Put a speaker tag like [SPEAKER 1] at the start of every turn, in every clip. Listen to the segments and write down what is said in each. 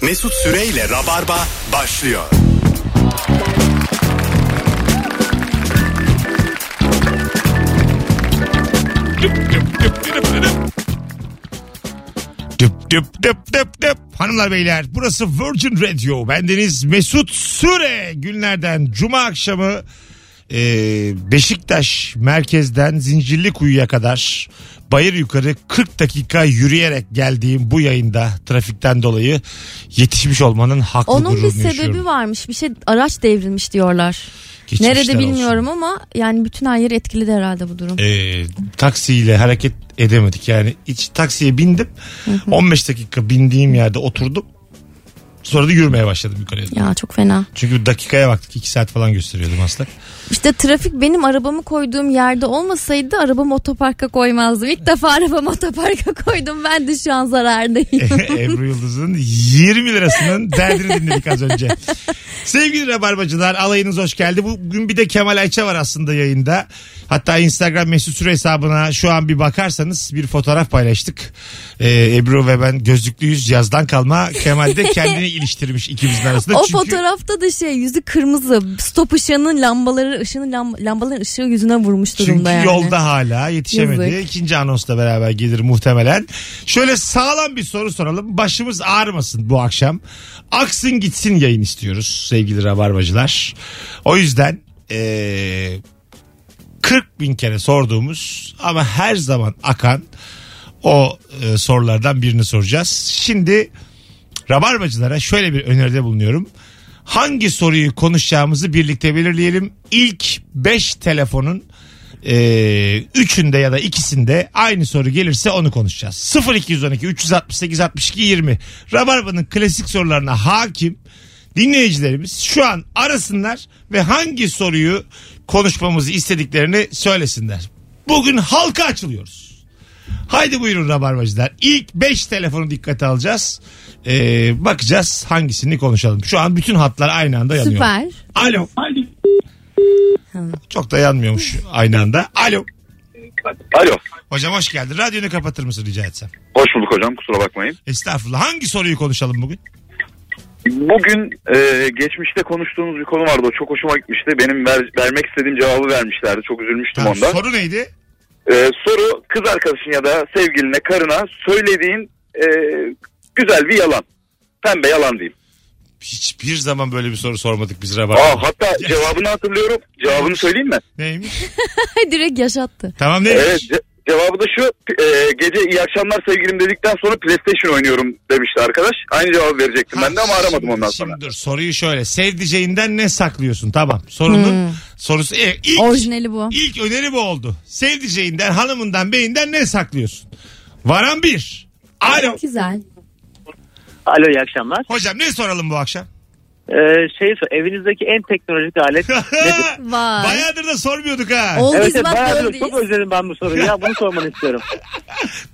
[SPEAKER 1] Mesut Süreyle Rabarba başlıyor.
[SPEAKER 2] Düp düp düp düp düp. Hanımlar beyler burası Virgin Radio. Bendeniz Mesut Süre. Günlerden cuma akşamı e, Beşiktaş merkezden Zincirlikuyu'ya kadar bayır yukarı 40 dakika yürüyerek geldiğim bu yayında trafikten dolayı yetişmiş olmanın haklı
[SPEAKER 3] Onun bir
[SPEAKER 2] gururunu
[SPEAKER 3] sebebi
[SPEAKER 2] yaşıyorum.
[SPEAKER 3] varmış. Bir şey araç devrilmiş diyorlar.
[SPEAKER 2] Geçmişler
[SPEAKER 3] Nerede
[SPEAKER 2] olsun.
[SPEAKER 3] bilmiyorum ama yani bütün her yeri etkiledi herhalde bu durum.
[SPEAKER 2] e, taksiyle hareket edemedik. Yani hiç taksiye bindim. 15 dakika bindiğim yerde oturdum. Sonra da yürümeye başladım yukarıya. doğru.
[SPEAKER 3] Ya çok fena.
[SPEAKER 2] Çünkü dakikaya baktık 2 saat falan gösteriyordu Maslak.
[SPEAKER 3] İşte trafik benim arabamı koyduğum yerde olmasaydı arabamı otoparka koymazdım. İlk defa arabamı otoparka koydum. Ben de şu an zarardayım.
[SPEAKER 2] Ebru Yıldız'ın 20 lirasının derdini dinledik az önce. Sevgili Rabarbacılar alayınız hoş geldi. Bugün bir de Kemal Ayça var aslında yayında. Hatta Instagram mesut süre hesabına şu an bir bakarsanız bir fotoğraf paylaştık. Ee, Ebru ve ben gözlüklüyüz yazdan kalma. Kemal de kendini iliştirmiş ikimizin arasında.
[SPEAKER 3] o
[SPEAKER 2] E, Çünkü
[SPEAKER 3] fotoğrafta da şey yüzü kırmızı. Stop ışığının lambaları ışığını lam- lambaların ışığı yüzüne vurmuş durumda
[SPEAKER 2] Çünkü
[SPEAKER 3] yani.
[SPEAKER 2] yolda hala yetişemedi.
[SPEAKER 3] Yazık.
[SPEAKER 2] İkinci anonsla beraber gelir muhtemelen. Şöyle sağlam bir soru soralım. Başımız ağrımasın bu akşam. Aksın gitsin yayın istiyoruz sevgili rabarbacılar. O yüzden eee 40 bin kere sorduğumuz ama her zaman akan o e, sorulardan birini soracağız. Şimdi Rabarbacılara şöyle bir öneride bulunuyorum. Hangi soruyu konuşacağımızı birlikte belirleyelim. İlk 5 telefonun e, üçünde ya da ikisinde aynı soru gelirse onu konuşacağız. 0212 368 62 20 Rabarba'nın klasik sorularına hakim dinleyicilerimiz şu an arasınlar ve hangi soruyu konuşmamızı istediklerini söylesinler. Bugün halka açılıyoruz. Haydi buyurun Rabarbacılar. İlk 5 telefonu dikkate alacağız. Ee, bakacağız hangisini konuşalım. Şu an bütün hatlar aynı anda yanıyor.
[SPEAKER 3] Süper.
[SPEAKER 2] Alo. Çok da yanmıyormuş aynı anda. Alo.
[SPEAKER 4] Alo.
[SPEAKER 2] Hocam hoş geldin. Radyonu kapatır mısın rica etsem?
[SPEAKER 4] Hoş bulduk hocam kusura bakmayın.
[SPEAKER 2] Estağfurullah. Hangi soruyu konuşalım bugün?
[SPEAKER 4] Bugün e, geçmişte konuştuğunuz bir konu vardı o çok hoşuma gitmişti. Benim ver- vermek istediğim cevabı vermişlerdi çok üzülmüştüm
[SPEAKER 2] Tamam,
[SPEAKER 4] ondan.
[SPEAKER 2] soru neydi?
[SPEAKER 4] E, soru kız arkadaşın ya da sevgiline karına söylediğin e, güzel bir yalan. Pembe yalan diyeyim.
[SPEAKER 2] Hiçbir zaman böyle bir soru sormadık biz
[SPEAKER 4] Aa,
[SPEAKER 2] Rabarba.
[SPEAKER 4] hatta cevabını hatırlıyorum. Cevabını söyleyeyim mi?
[SPEAKER 2] Neymiş?
[SPEAKER 3] Direkt yaşattı.
[SPEAKER 2] Tamam neymiş?
[SPEAKER 4] Evet ce- cevabı da şu e, gece iyi akşamlar sevgilim dedikten sonra PlayStation oynuyorum demişti arkadaş. Aynı cevabı verecektim ben de ama
[SPEAKER 2] Ha,
[SPEAKER 4] aramadım
[SPEAKER 2] şimdi-
[SPEAKER 4] ondan sonra.
[SPEAKER 2] Şimdi dur soruyu şöyle. Sevdiceğinden ne saklıyorsun? Tamam. Sorunun sorusu. E, ilk,
[SPEAKER 3] Orijinali bu.
[SPEAKER 2] İlk öneri bu oldu. Sevdiceğinden, hanımından, beyinden ne saklıyorsun? Varan bir. Alo.
[SPEAKER 3] Güzel.
[SPEAKER 5] Alo iyi akşamlar.
[SPEAKER 2] Hocam ne soralım bu akşam?
[SPEAKER 5] Ee, şey sor- evinizdeki en teknolojik alet nedir?
[SPEAKER 3] Vay.
[SPEAKER 2] Bayağıdır da sormuyorduk ha.
[SPEAKER 3] Oldu
[SPEAKER 5] Evet,
[SPEAKER 3] biz
[SPEAKER 5] evet
[SPEAKER 3] bak
[SPEAKER 5] bayağıdır
[SPEAKER 3] böyleyiz.
[SPEAKER 5] çok özledim ben bu soruyu ya bunu sormanı istiyorum.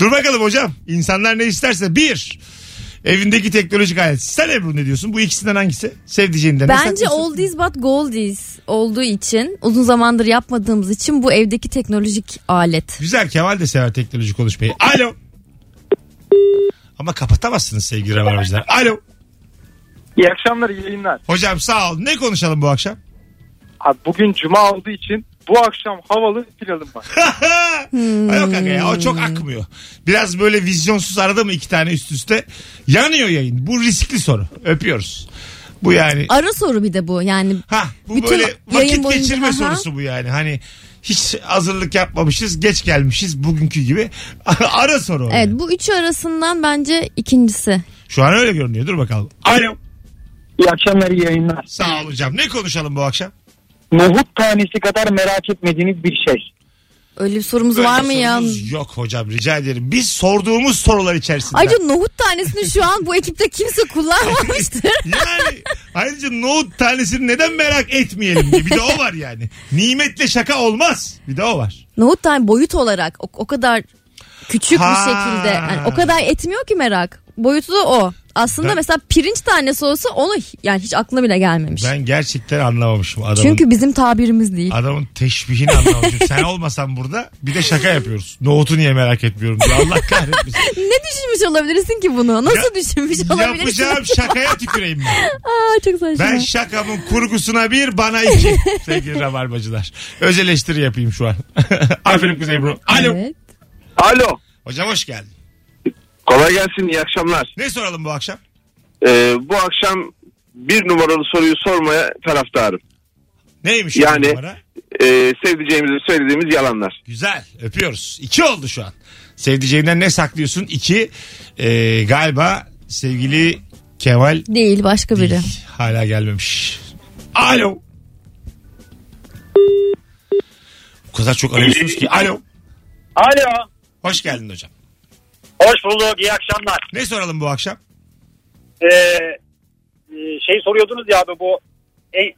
[SPEAKER 2] Dur bakalım hocam. İnsanlar ne isterse. Bir. Evindeki teknolojik alet. Sen Ebru ne diyorsun? Bu ikisinden hangisi? Sevdiceğinden ne
[SPEAKER 3] Bence
[SPEAKER 2] saklıyorsun?
[SPEAKER 3] oldies but goldies olduğu için uzun zamandır yapmadığımız için bu evdeki teknolojik alet.
[SPEAKER 2] Güzel Kemal de sever teknoloji konuşmayı. Alo. Ama kapatamazsınız sevgili rabarbacılar. Alo.
[SPEAKER 6] İyi akşamlar, iyi yayınlar.
[SPEAKER 2] Hocam sağ ol. Ne konuşalım bu akşam?
[SPEAKER 6] Abi bugün cuma olduğu için bu akşam havalı planım var.
[SPEAKER 2] Ay Yok kanka ya o çok akmıyor. Biraz böyle vizyonsuz aradım iki tane üst üste. Yanıyor yayın. Bu riskli soru. Öpüyoruz. Bu yani.
[SPEAKER 3] Ara soru bir de bu yani.
[SPEAKER 2] Ha bu
[SPEAKER 3] Bütün
[SPEAKER 2] böyle
[SPEAKER 3] yayın
[SPEAKER 2] vakit
[SPEAKER 3] boyunca-
[SPEAKER 2] geçirme
[SPEAKER 3] Aha.
[SPEAKER 2] sorusu bu yani. Hani hiç hazırlık yapmamışız, geç gelmişiz bugünkü gibi. Ara soru. o
[SPEAKER 3] Evet
[SPEAKER 2] yani.
[SPEAKER 3] bu üçü arasından bence ikincisi.
[SPEAKER 2] Şu an öyle görünüyor. Dur bakalım. Alo.
[SPEAKER 7] İyi akşamlar, iyi yayınlar.
[SPEAKER 2] Sağ ol hocam. Ne konuşalım bu akşam?
[SPEAKER 7] Nohut tanesi kadar merak etmediğiniz bir şey.
[SPEAKER 3] Öyle bir sorumuz
[SPEAKER 2] Böyle
[SPEAKER 3] var mı ya?
[SPEAKER 2] sorunuz Yok hocam rica ederim. Biz sorduğumuz sorular içerisinde.
[SPEAKER 3] Ayrıca nohut tanesini şu an bu ekipte kimse kullanmamıştır.
[SPEAKER 2] Yani ayrıca nohut tanesini neden merak etmeyelim diye. Bir de o var yani. Nimetle şaka olmaz. Bir de o var.
[SPEAKER 3] nohut tane boyut olarak o, o kadar küçük
[SPEAKER 2] Ha.
[SPEAKER 3] bir şekilde. yani o kadar etmiyor ki merak. Boyutu da o. Aslında
[SPEAKER 2] Ben-
[SPEAKER 3] mesela pirinç tanesi olsa onu hi- yani hiç aklına bile gelmemiş.
[SPEAKER 2] Ben gerçekten anlamamışım adamın.
[SPEAKER 3] Çünkü bizim tabirimiz değil.
[SPEAKER 2] Adamın teşbihini anlamamışım. Sen olmasan burada bir de şaka yapıyoruz. Nohutu niye merak etmiyorum diye. Allah kahretmesin.
[SPEAKER 3] Ne düşünmüş olabilirsin ki bunu? Nasıl
[SPEAKER 2] Ya-
[SPEAKER 3] düşünmüş olabilirsin?
[SPEAKER 2] Yapacağım şakaya tüküreyim ben.
[SPEAKER 3] Aa, çok saçma.
[SPEAKER 2] Ben şakamın kurgusuna bir bana iki. Sevgili rabarbacılar. Öz eleştiri yapayım şu an. Aferin Kuzey Bro. Alo.
[SPEAKER 3] Evet.
[SPEAKER 4] Alo.
[SPEAKER 2] Hocam hoş geldin.
[SPEAKER 4] Kolay gelsin iyi akşamlar.
[SPEAKER 2] Ne soralım bu akşam?
[SPEAKER 4] Ee, bu akşam bir numaralı soruyu sormaya taraftarım.
[SPEAKER 2] Neymiş
[SPEAKER 4] Yani-
[SPEAKER 2] bu numara?
[SPEAKER 4] Ee, sevdiceğimizi söylediğimiz yalanlar.
[SPEAKER 2] Güzel. Öpüyoruz. İki oldu şu an. Sevdiceğinden ne saklıyorsun? İki. Ee, galiba sevgili Kemal
[SPEAKER 3] Değil başka biri.
[SPEAKER 2] değil. Hala gelmemiş. Alo. O kadar çok arıyorsunuz ki. Alo.
[SPEAKER 5] Alo.
[SPEAKER 2] Hoş geldin hocam.
[SPEAKER 5] Hoş bulduk. iyi akşamlar.
[SPEAKER 2] Ne soralım bu akşam?
[SPEAKER 5] Ee, e, şey soruyordunuz ya abi bu Ey,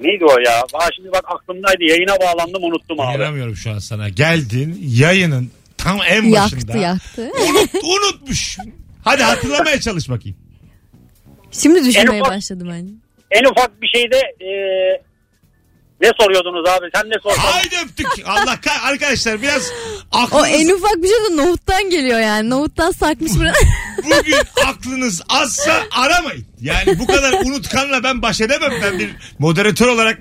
[SPEAKER 5] neydi o ya? Aa, şimdi bak aklımdaydı. Yayına bağlandım unuttum abi.
[SPEAKER 2] İnanamıyorum şu an sana. Geldin yayının tam en
[SPEAKER 3] Yaktı
[SPEAKER 2] başında.
[SPEAKER 3] yaktı.
[SPEAKER 2] Unut- unutmuş. Hadi hatırlamaya çalış bakayım.
[SPEAKER 3] Şimdi düşünmeye
[SPEAKER 5] En ufak-
[SPEAKER 3] başladım ben.
[SPEAKER 5] En ufak bir şeyde e, ne soruyordunuz abi? Sen ne sorsan?
[SPEAKER 2] Haydi öptük. Allah kah arkadaşlar biraz aklınız,
[SPEAKER 3] O en ufak bir şey de nohuttan geliyor yani. Nohuttan sakmış bırak.
[SPEAKER 2] bugün aklınız azsa aramayın. Yani bu kadar unutkanla ben baş edemem. Ben bir moderatör olarak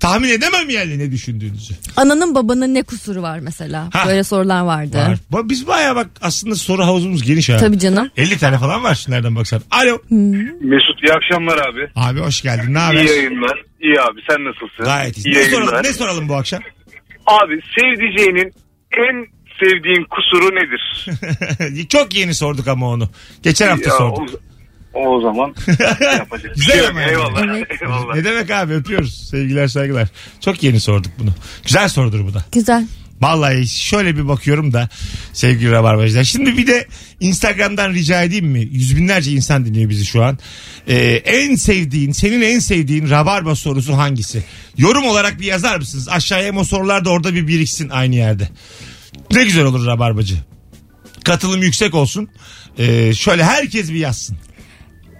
[SPEAKER 2] tahmin edemem yani ne düşündüğünüzü.
[SPEAKER 3] Ananın babanın ne kusuru var mesela?
[SPEAKER 2] Ha.
[SPEAKER 3] Böyle sorular vardı.
[SPEAKER 2] Var. Ba- Biz baya bak aslında soru havuzumuz geniş ha.
[SPEAKER 3] Tabii canım.
[SPEAKER 2] 50 tane falan var nereden baksan. Alo.
[SPEAKER 4] Mesut iyi akşamlar abi.
[SPEAKER 2] Abi hoş geldin. Ne haber?
[SPEAKER 4] İyi yayınlar. İyi abi sen nasılsın?
[SPEAKER 2] Gayet iyi.
[SPEAKER 4] İyi
[SPEAKER 2] Ne
[SPEAKER 4] yayınlar.
[SPEAKER 2] soralım, ne soralım bu akşam?
[SPEAKER 4] Abi sevdiceğinin en sevdiğin kusuru nedir?
[SPEAKER 2] Çok yeni sorduk ama onu. Geçen hafta
[SPEAKER 4] Ya,
[SPEAKER 2] sorduk.
[SPEAKER 4] O, o zaman yapacak bir
[SPEAKER 2] Güzel
[SPEAKER 4] şey yok.
[SPEAKER 2] ama yani.
[SPEAKER 4] Eyvallah.
[SPEAKER 3] Evet.
[SPEAKER 4] Eyvallah.
[SPEAKER 2] Ne demek abi öpüyoruz. Sevgiler saygılar. Çok yeni sorduk bunu. Güzel sorudur bu da.
[SPEAKER 3] Güzel.
[SPEAKER 2] Vallahi şöyle bir bakıyorum da sevgili rabarbacılar. Şimdi bir de Instagram'dan rica edeyim mi? Yüz binlerce insan dinliyor bizi şu an. Ee, en sevdiğin, senin en sevdiğin rabarba sorusu hangisi? Yorum olarak bir yazar mısınız? Aşağıya hem o sorular da orada bir biriksin aynı yerde. Ne güzel olur rabarbacı. Katılım yüksek olsun. Ee, şöyle herkes bir yazsın.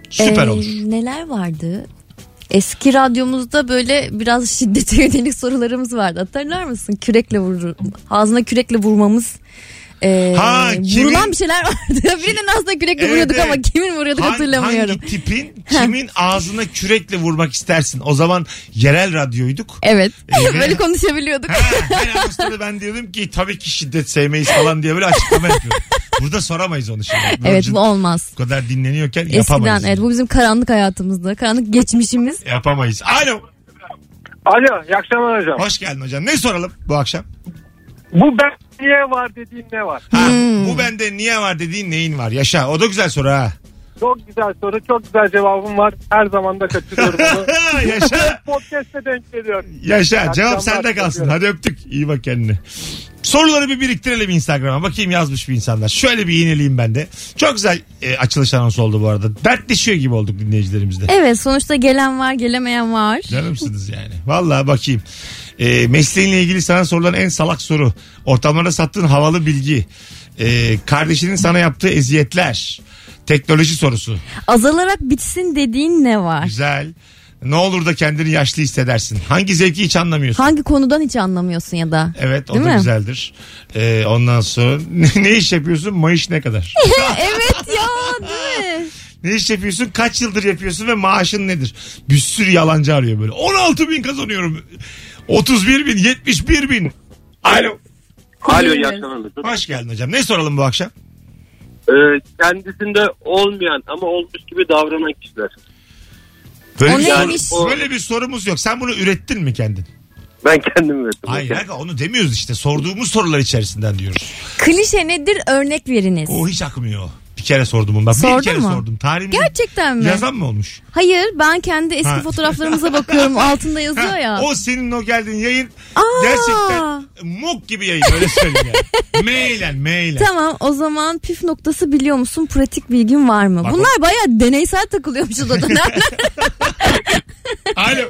[SPEAKER 2] Süper
[SPEAKER 3] Ee,
[SPEAKER 2] olur.
[SPEAKER 3] Neler vardı? Eski radyomuzda böyle biraz şiddete yönelik sorularımız vardı. Hatırlar mısın? Kürekle vurur. Ağzına kürekle vurmamız. Ee,
[SPEAKER 2] Ha, kimin-
[SPEAKER 3] Vurulan bir şeyler vardı. Birinin ağzına kürekle
[SPEAKER 2] Evet,
[SPEAKER 3] vuruyorduk
[SPEAKER 2] evet.
[SPEAKER 3] ama kimin vuruyorduk
[SPEAKER 2] Hangi-
[SPEAKER 3] hatırlamıyorum.
[SPEAKER 2] Hangi tipin kimin ağzına kürekle vurmak istersin? O zaman yerel radyoyduk.
[SPEAKER 3] Evet.
[SPEAKER 2] Evet.
[SPEAKER 3] böyle konuşabiliyorduk.
[SPEAKER 2] Ha, her anonslarda ben diyordum ki tabii ki şiddet sevmeyiz falan diye böyle açıklama yapıyorum. Burada soramayız onu şimdi.
[SPEAKER 3] evet
[SPEAKER 2] Virgin
[SPEAKER 3] bu olmaz.
[SPEAKER 2] bu kadar dinleniyorken yapamayız.
[SPEAKER 3] Eskiden evet bu bizim karanlık hayatımızda. Karanlık geçmişimiz.
[SPEAKER 2] Yapamayız. Alo.
[SPEAKER 6] Alo iyi akşamlar hocam.
[SPEAKER 2] Hoş geldin hocam. Ne soralım bu akşam?
[SPEAKER 6] Bu ben niye var dediğin ne var?
[SPEAKER 2] Ha,
[SPEAKER 3] Hmm.
[SPEAKER 2] Bu bende niye var dediğin neyin var? Yaşa. O da güzel soru ha.
[SPEAKER 6] Çok güzel soru çok güzel cevabım var. Her zaman da kaçırıyorum bunu.
[SPEAKER 2] yaşa.
[SPEAKER 6] Podcast'e denk geliyor.
[SPEAKER 2] Yaşa. Cevap
[SPEAKER 6] akşamlar
[SPEAKER 2] sende kalsın.
[SPEAKER 6] diliyorum.
[SPEAKER 2] Hadi öptük. İyi bak kendine. Soruları bir biriktirelim Instagram'a. Bakayım yazmış bir insanlar. Şöyle bir yenileyim ben de. Çok güzel e, açılış anonsu oldu bu arada. Dertleşiyor gibi olduk dinleyicilerimizle.
[SPEAKER 3] Evet sonuçta gelen var gelemeyen var.
[SPEAKER 2] Canımsınız yani. Vallahi bakayım. E, mesleğinle ilgili sana sorulan en salak soru. Ortamlara sattığın havalı bilgi. E, kardeşinin sana yaptığı eziyetler. Teknoloji sorusu.
[SPEAKER 3] Azalarak bitsin dediğin ne var?
[SPEAKER 2] Güzel. Ne olur da kendini yaşlı hissedersin. Hangi zevki hiç anlamıyorsun?
[SPEAKER 3] Hangi konudan hiç anlamıyorsun ya da?
[SPEAKER 2] Evet o
[SPEAKER 3] Değil
[SPEAKER 2] da
[SPEAKER 3] mi?
[SPEAKER 2] güzeldir. E, ondan sonra ne, iş yapıyorsun? Maaş ne kadar?
[SPEAKER 3] evet ya değil mi?
[SPEAKER 2] ne iş yapıyorsun? Kaç yıldır yapıyorsun ve maaşın nedir? Bir sürü yalancı arıyor böyle. 16 bin kazanıyorum. 31 bin, 71 bin. Alo.
[SPEAKER 8] Alo iyi akşamlar Mesut.
[SPEAKER 2] Hoş geldin hocam. Ne soralım bu akşam?
[SPEAKER 8] Ee, kendisinde olmayan ama olmuş gibi davranan kişiler.
[SPEAKER 2] Böyle
[SPEAKER 3] O
[SPEAKER 2] bir,
[SPEAKER 3] neymiş?
[SPEAKER 2] soru- böyle bir sorumuz yok. Sen bunu ürettin mi kendin?
[SPEAKER 8] Ben kendim verdim.
[SPEAKER 2] Hayır aga, onu demiyoruz işte. Sorduğumuz sorular içerisinden diyoruz.
[SPEAKER 3] Klişe nedir örnek veriniz.
[SPEAKER 2] O hiç akmıyor. Bir kere sordum bunu. Bak,
[SPEAKER 3] Sordun
[SPEAKER 2] bir kere
[SPEAKER 3] mu?
[SPEAKER 2] sordum. Tarihimde
[SPEAKER 3] Gerçekten mi?
[SPEAKER 2] yazan mı olmuş?
[SPEAKER 3] Hayır ben kendi eski
[SPEAKER 2] Ha.
[SPEAKER 3] fotoğraflarımıza bakıyorum altında yazıyor
[SPEAKER 2] Ha,
[SPEAKER 3] ya.
[SPEAKER 2] O senin o geldiğin yayın
[SPEAKER 3] Aa.
[SPEAKER 2] gerçekten mok gibi yayın öyle söyleyeyim yani. mailen mailen.
[SPEAKER 3] Tamam o zaman püf noktası biliyor musun? Pratik bilgin var mı?
[SPEAKER 2] Bak o-
[SPEAKER 3] Bunlar bayağı deneysel takılıyormuş odada.
[SPEAKER 2] Alo.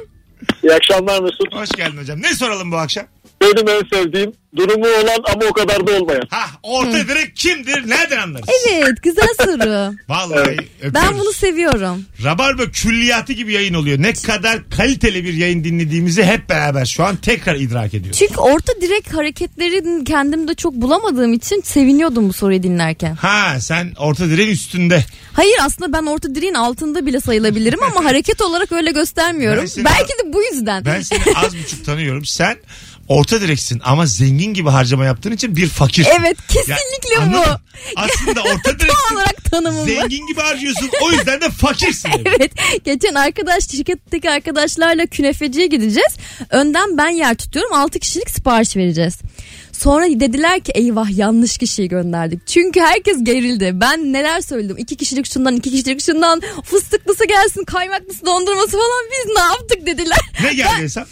[SPEAKER 5] İyi akşamlar Mesut.
[SPEAKER 2] Hoş geldin hocam. Ne soralım bu akşam?
[SPEAKER 9] Benim en sevdiğim durumu olan ama o kadar da olmayan.
[SPEAKER 2] Ha orta direkt kimdir? Nereden anlarız?
[SPEAKER 3] Evet güzel soru.
[SPEAKER 2] Vallahi öpüyoruz.
[SPEAKER 3] ben bunu seviyorum.
[SPEAKER 2] Rabarba külliyatı gibi yayın oluyor. Ne kadar kaliteli bir yayın dinlediğimizi hep beraber şu an tekrar idrak ediyoruz.
[SPEAKER 3] Çünkü orta direkt hareketleri kendimde çok bulamadığım için seviniyordum bu soruyu dinlerken.
[SPEAKER 2] Ha sen orta direğin üstünde.
[SPEAKER 3] Hayır aslında ben orta direğin altında bile sayılabilirim ama hareket olarak öyle göstermiyorum.
[SPEAKER 2] Ben seni-
[SPEAKER 3] Belki de bu yüzden.
[SPEAKER 2] Ben seni az buçuk tanıyorum. Sen orta direksin ama zengin gibi harcama yaptığın için bir fakir.
[SPEAKER 3] Evet kesinlikle bu.
[SPEAKER 2] Aslında orta
[SPEAKER 3] Tam
[SPEAKER 2] direksin.
[SPEAKER 3] olarak tanımım bu.
[SPEAKER 2] zengin gibi harcıyorsun. O yüzden de fakirsin. demek.
[SPEAKER 3] Evet. Geçen arkadaş şirketteki arkadaşlarla künefeciye gideceğiz. Önden ben yer tutuyorum. 6 kişilik sipariş vereceğiz. Sonra dediler ki eyvah yanlış kişiyi gönderdik. Çünkü herkes gerildi. Ben neler söyledim. 2 kişilik şundan, 2 kişilik şundan. Fıstıklısı gelsin, kaymaklısı dondurması falan. Biz ne yaptık dediler.
[SPEAKER 2] Ne geldi hesap?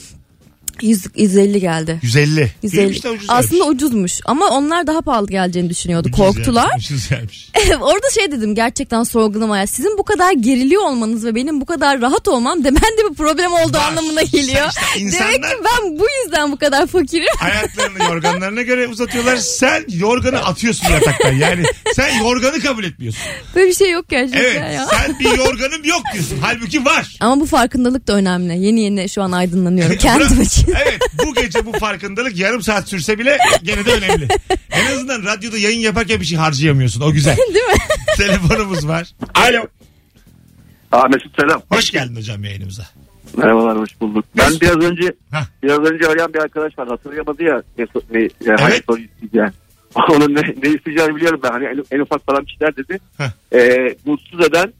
[SPEAKER 3] 100, 150 geldi.
[SPEAKER 2] 150.
[SPEAKER 3] 150.
[SPEAKER 2] İyiymiş de ucuz
[SPEAKER 3] Aslında
[SPEAKER 2] gelmiş.
[SPEAKER 3] ucuzmuş ama onlar daha pahalı geleceğini düşünüyordu.
[SPEAKER 2] Ucuz
[SPEAKER 3] Korktular.
[SPEAKER 2] gelmiş, ucuz gelmiş.
[SPEAKER 3] Orada şey dedim gerçekten sorgulamaya. Sizin bu kadar geriliyor olmanız ve benim bu kadar rahat olmam de ben de bir problem olduğu
[SPEAKER 2] Var.
[SPEAKER 3] anlamına geliyor.
[SPEAKER 2] İşte- işte insanlar-
[SPEAKER 3] Demek ki ben bu yüzden bu kadar fakirim.
[SPEAKER 2] Ayaklarını yorganlarına göre uzatıyorlar. Sen yorganı atıyorsun yataktan. Yani sen yorganı kabul etmiyorsun.
[SPEAKER 3] Böyle bir şey yok gerçekten
[SPEAKER 2] Evet
[SPEAKER 3] ya.
[SPEAKER 2] sen bir yorganım yok diyorsun. Halbuki var.
[SPEAKER 3] Ama bu farkındalık da önemli. Yeni yeni şu an aydınlanıyorum kendim
[SPEAKER 2] Bırak-
[SPEAKER 3] için.
[SPEAKER 2] Evet bu gece bu farkındalık yarım saat sürse bile gene de önemli. En azından radyoda yayın yaparken bir şey harcayamıyorsun. O güzel.
[SPEAKER 3] Değil mi?
[SPEAKER 2] Telefonumuz var.
[SPEAKER 9] Alo.
[SPEAKER 4] Aa Mesut selam.
[SPEAKER 2] Hoş geldin hocam yayınımıza.
[SPEAKER 4] Merhabalar hoş bulduk. Ben biraz önce
[SPEAKER 2] Hah.
[SPEAKER 4] biraz önce arayan bir arkadaş var hatırlayamadı ya ne, so- ne, ne hangi
[SPEAKER 2] Evet.
[SPEAKER 4] soru isteyeceğini. Onun ne, ne isteyeceğini biliyorum ben. Hani en, en ufak falan kişiler dedi.
[SPEAKER 2] Heh.
[SPEAKER 4] Ee, mutsuz eden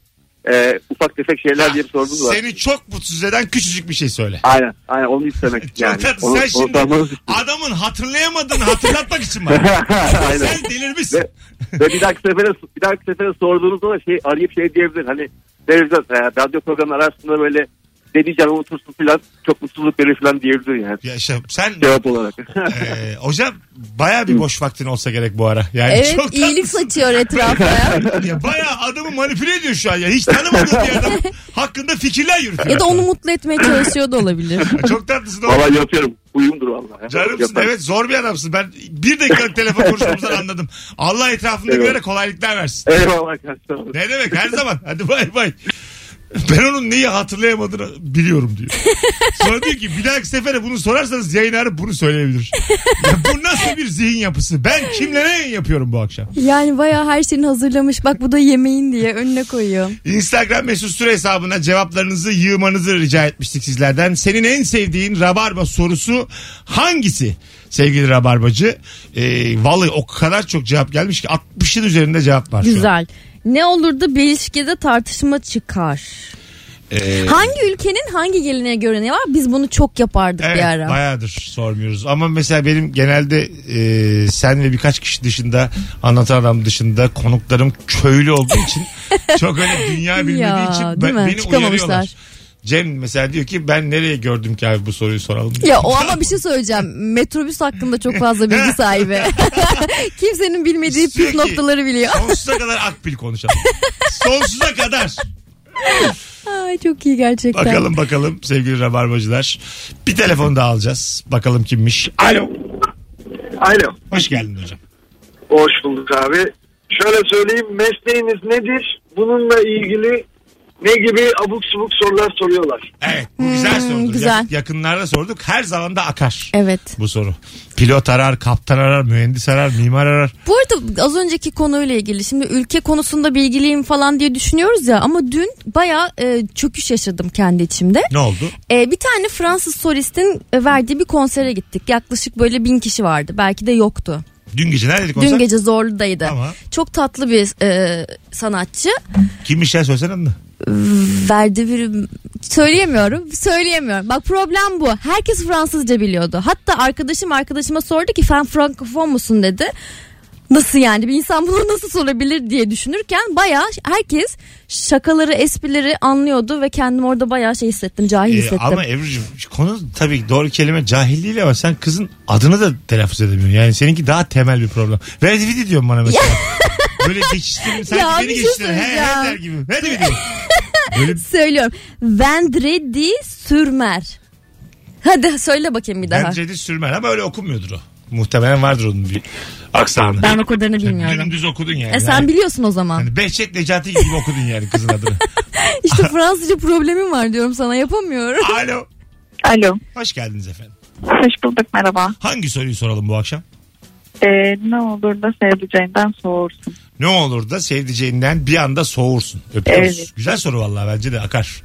[SPEAKER 4] e, ufak tefek şeyler diye bir sorunuz var.
[SPEAKER 2] Seni çok mutsuz eden küçücük bir şey söyle.
[SPEAKER 4] Aynen aynen onu istemek
[SPEAKER 2] Çok
[SPEAKER 4] yani.
[SPEAKER 2] tatlı.
[SPEAKER 4] Onu,
[SPEAKER 2] Sen
[SPEAKER 4] onu
[SPEAKER 2] şimdi
[SPEAKER 4] sormanız-
[SPEAKER 2] adamın hatırlayamadığını hatırlatmak için var.
[SPEAKER 4] aynen.
[SPEAKER 2] Sen delirmişsin.
[SPEAKER 4] Ve- Ve bir dahaki sefere bir dahaki sefere sorduğunuzda da şey arayıp şey diyebilir. Hani televizyon e, radyo programları arasında böyle deneyeceğim unutursun falan çok mutluluk verir falan diyebilir yani.
[SPEAKER 2] Yaşa, sen
[SPEAKER 4] Cevap olarak.
[SPEAKER 2] Ee, hocam baya bir boş vaktin olsa gerek bu ara. Yani
[SPEAKER 3] Evet
[SPEAKER 2] çok
[SPEAKER 3] iyilik saçıyor etrafa ya.
[SPEAKER 2] tatlı. Ya baya adamı manipüle ediyor şu an ya. Hiç tanımadığın bir adam hakkında fikirler yürütüyor.
[SPEAKER 3] ya da onu mutlu etmeye çalışıyor da olabilir.
[SPEAKER 2] Ya Çok tatlısın oğlum.
[SPEAKER 4] Vallahi yapıyorum. Uyumdur vallahi.
[SPEAKER 2] Canımsın
[SPEAKER 4] Yaparım.
[SPEAKER 2] evet zor bir adamsın. Ben bir dakikalık telefon konuşmamızdan anladım. Allah etrafındakilere kolaylıklar versin.
[SPEAKER 4] Eyvallah kardeşim.
[SPEAKER 2] Ne demek her zaman. Hadi bay bay. Ben onun neyi hatırlayamadığını biliyorum diyor. Sonra diyor ki bir dahaki sefere bunu sorarsanız yayın arayıp bunu söyleyebilir. Ya bu nasıl bir zihin yapısı? Ben kimlere yayın yapıyorum bu akşam?
[SPEAKER 3] Yani bayağı her şeyini hazırlamış. Bak bu da yemeğin diye önüne koyuyor.
[SPEAKER 2] Instagram mesut süre hesabına cevaplarınızı yığmanızı rica etmiştik sizlerden. Senin en sevdiğin rabarba sorusu hangisi? Sevgili rabarbacı. Ee, vallahi o kadar çok cevap gelmiş ki 60'ın üzerinde cevap var şu an.
[SPEAKER 3] Güzel. Ne olur da bir ilişkide tartışma çıkar.
[SPEAKER 2] Ee,
[SPEAKER 3] Hangi ülkenin hangi geleneğe göre ne var? Biz bunu çok yapardık
[SPEAKER 2] Evet
[SPEAKER 3] bir ara.
[SPEAKER 2] bayağıdır sormuyoruz. Ama mesela benim genelde e, sen ve birkaç kişi dışında anlatan adam dışında konuklarım köylü olduğu için çok öyle dünya bilmediği
[SPEAKER 3] Ya,
[SPEAKER 2] için ben,
[SPEAKER 3] değil mi?
[SPEAKER 2] beni
[SPEAKER 3] Çıkamamışlar.
[SPEAKER 2] uyarıyorlar. Cem mesela diyor ki ben nereye gördüm ki abi bu soruyu soralım. diyor.
[SPEAKER 3] Ya o ama bir şey söyleyeceğim. Metrobüs hakkında çok fazla bilgi sahibi. Kimsenin bilmediği püf
[SPEAKER 2] Sürekli
[SPEAKER 3] noktaları biliyor.
[SPEAKER 2] Sonsuza kadar akbil konuşalım. Sonsuza kadar.
[SPEAKER 3] Ay çok iyi gerçekten.
[SPEAKER 2] Bakalım bakalım sevgili rabarbacılar. Bir telefon daha alacağız. Bakalım kimmiş. Alo.
[SPEAKER 9] Alo.
[SPEAKER 2] Hoş geldin hocam.
[SPEAKER 9] Hoş bulduk abi. Şöyle söyleyeyim mesleğiniz nedir? Bununla ilgili ne gibi abuk subuk sorular soruyorlar.
[SPEAKER 2] Evet bu güzel
[SPEAKER 3] Hmm,
[SPEAKER 2] sorudur.
[SPEAKER 3] güzel.
[SPEAKER 2] Yak- yakınlarda sorduk. Her zaman da akar.
[SPEAKER 3] Evet.
[SPEAKER 2] Bu soru. Pilot arar, kaptan arar, mühendis arar, mimar arar.
[SPEAKER 3] Bu arada az önceki konuyla ilgili şimdi ülke konusunda bilgiliyim falan diye düşünüyoruz ya ama dün bayağı e, çöküş yaşadım kendi içimde.
[SPEAKER 2] Ne oldu?
[SPEAKER 3] Ee, bir tane Fransız solistin e, verdiği bir konsere gittik. Yaklaşık böyle bin kişi vardı. Belki de yoktu.
[SPEAKER 2] Dün gece neredeydik konser?
[SPEAKER 3] Dün gece Zorlu'daydı.
[SPEAKER 2] Tamam.
[SPEAKER 3] Çok tatlı bir e, sanatçı.
[SPEAKER 2] Kimmiş ya söylesene adını.
[SPEAKER 3] Verdi bir... Söyleyemiyorum. Söyleyemiyorum. Bak problem bu. Herkes Fransızca biliyordu. Hatta arkadaşım arkadaşıma sordu ki sen frankofon musun dedi. Nasıl yani bir insan bunu nasıl sorabilir diye düşünürken bayağı herkes şakaları esprileri anlıyordu ve kendim orada bayağı şey hissettim cahil
[SPEAKER 2] Ee,
[SPEAKER 3] hissettim.
[SPEAKER 2] ama Ebru'cum konu tabii ki doğru kelime cahil değil ama sen kızın adını da telaffuz edemiyorsun. Yani seninki daha temel bir problem. Redvidi diyorum bana mesela. Böyle geçiştirin sanki
[SPEAKER 3] Ya bir
[SPEAKER 2] beni
[SPEAKER 3] şey
[SPEAKER 2] geçiştirin. He, he
[SPEAKER 3] söyleyeceğim.
[SPEAKER 2] der gibi. Redvidi. Böyle
[SPEAKER 3] söylüyorum. Vendredi sürmer. Hadi söyle bakayım bir daha.
[SPEAKER 2] Bence de sürmen ama öyle okunmuyordur o. Muhtemelen vardır onun bir aksanı.
[SPEAKER 3] Ben o kadarını bilmiyorum.
[SPEAKER 2] Dümdüz okudun yani.
[SPEAKER 3] E sen biliyorsun o zaman.
[SPEAKER 2] Yani Behçet Necati gibi okudun yani kızın adını.
[SPEAKER 3] İşte Fransızca problemim var diyorum sana yapamıyorum.
[SPEAKER 2] Alo.
[SPEAKER 10] Alo.
[SPEAKER 2] Hoş geldiniz efendim.
[SPEAKER 10] Hoş bulduk merhaba.
[SPEAKER 2] Hangi soruyu soralım bu akşam?
[SPEAKER 10] Ee, ne olur da sevdiceğinden soğursun.
[SPEAKER 2] Ne olur da sevdiceğinden bir anda soğursun. Öpüyoruz.
[SPEAKER 10] Evet.
[SPEAKER 2] Güzel soru vallahi bence de akar.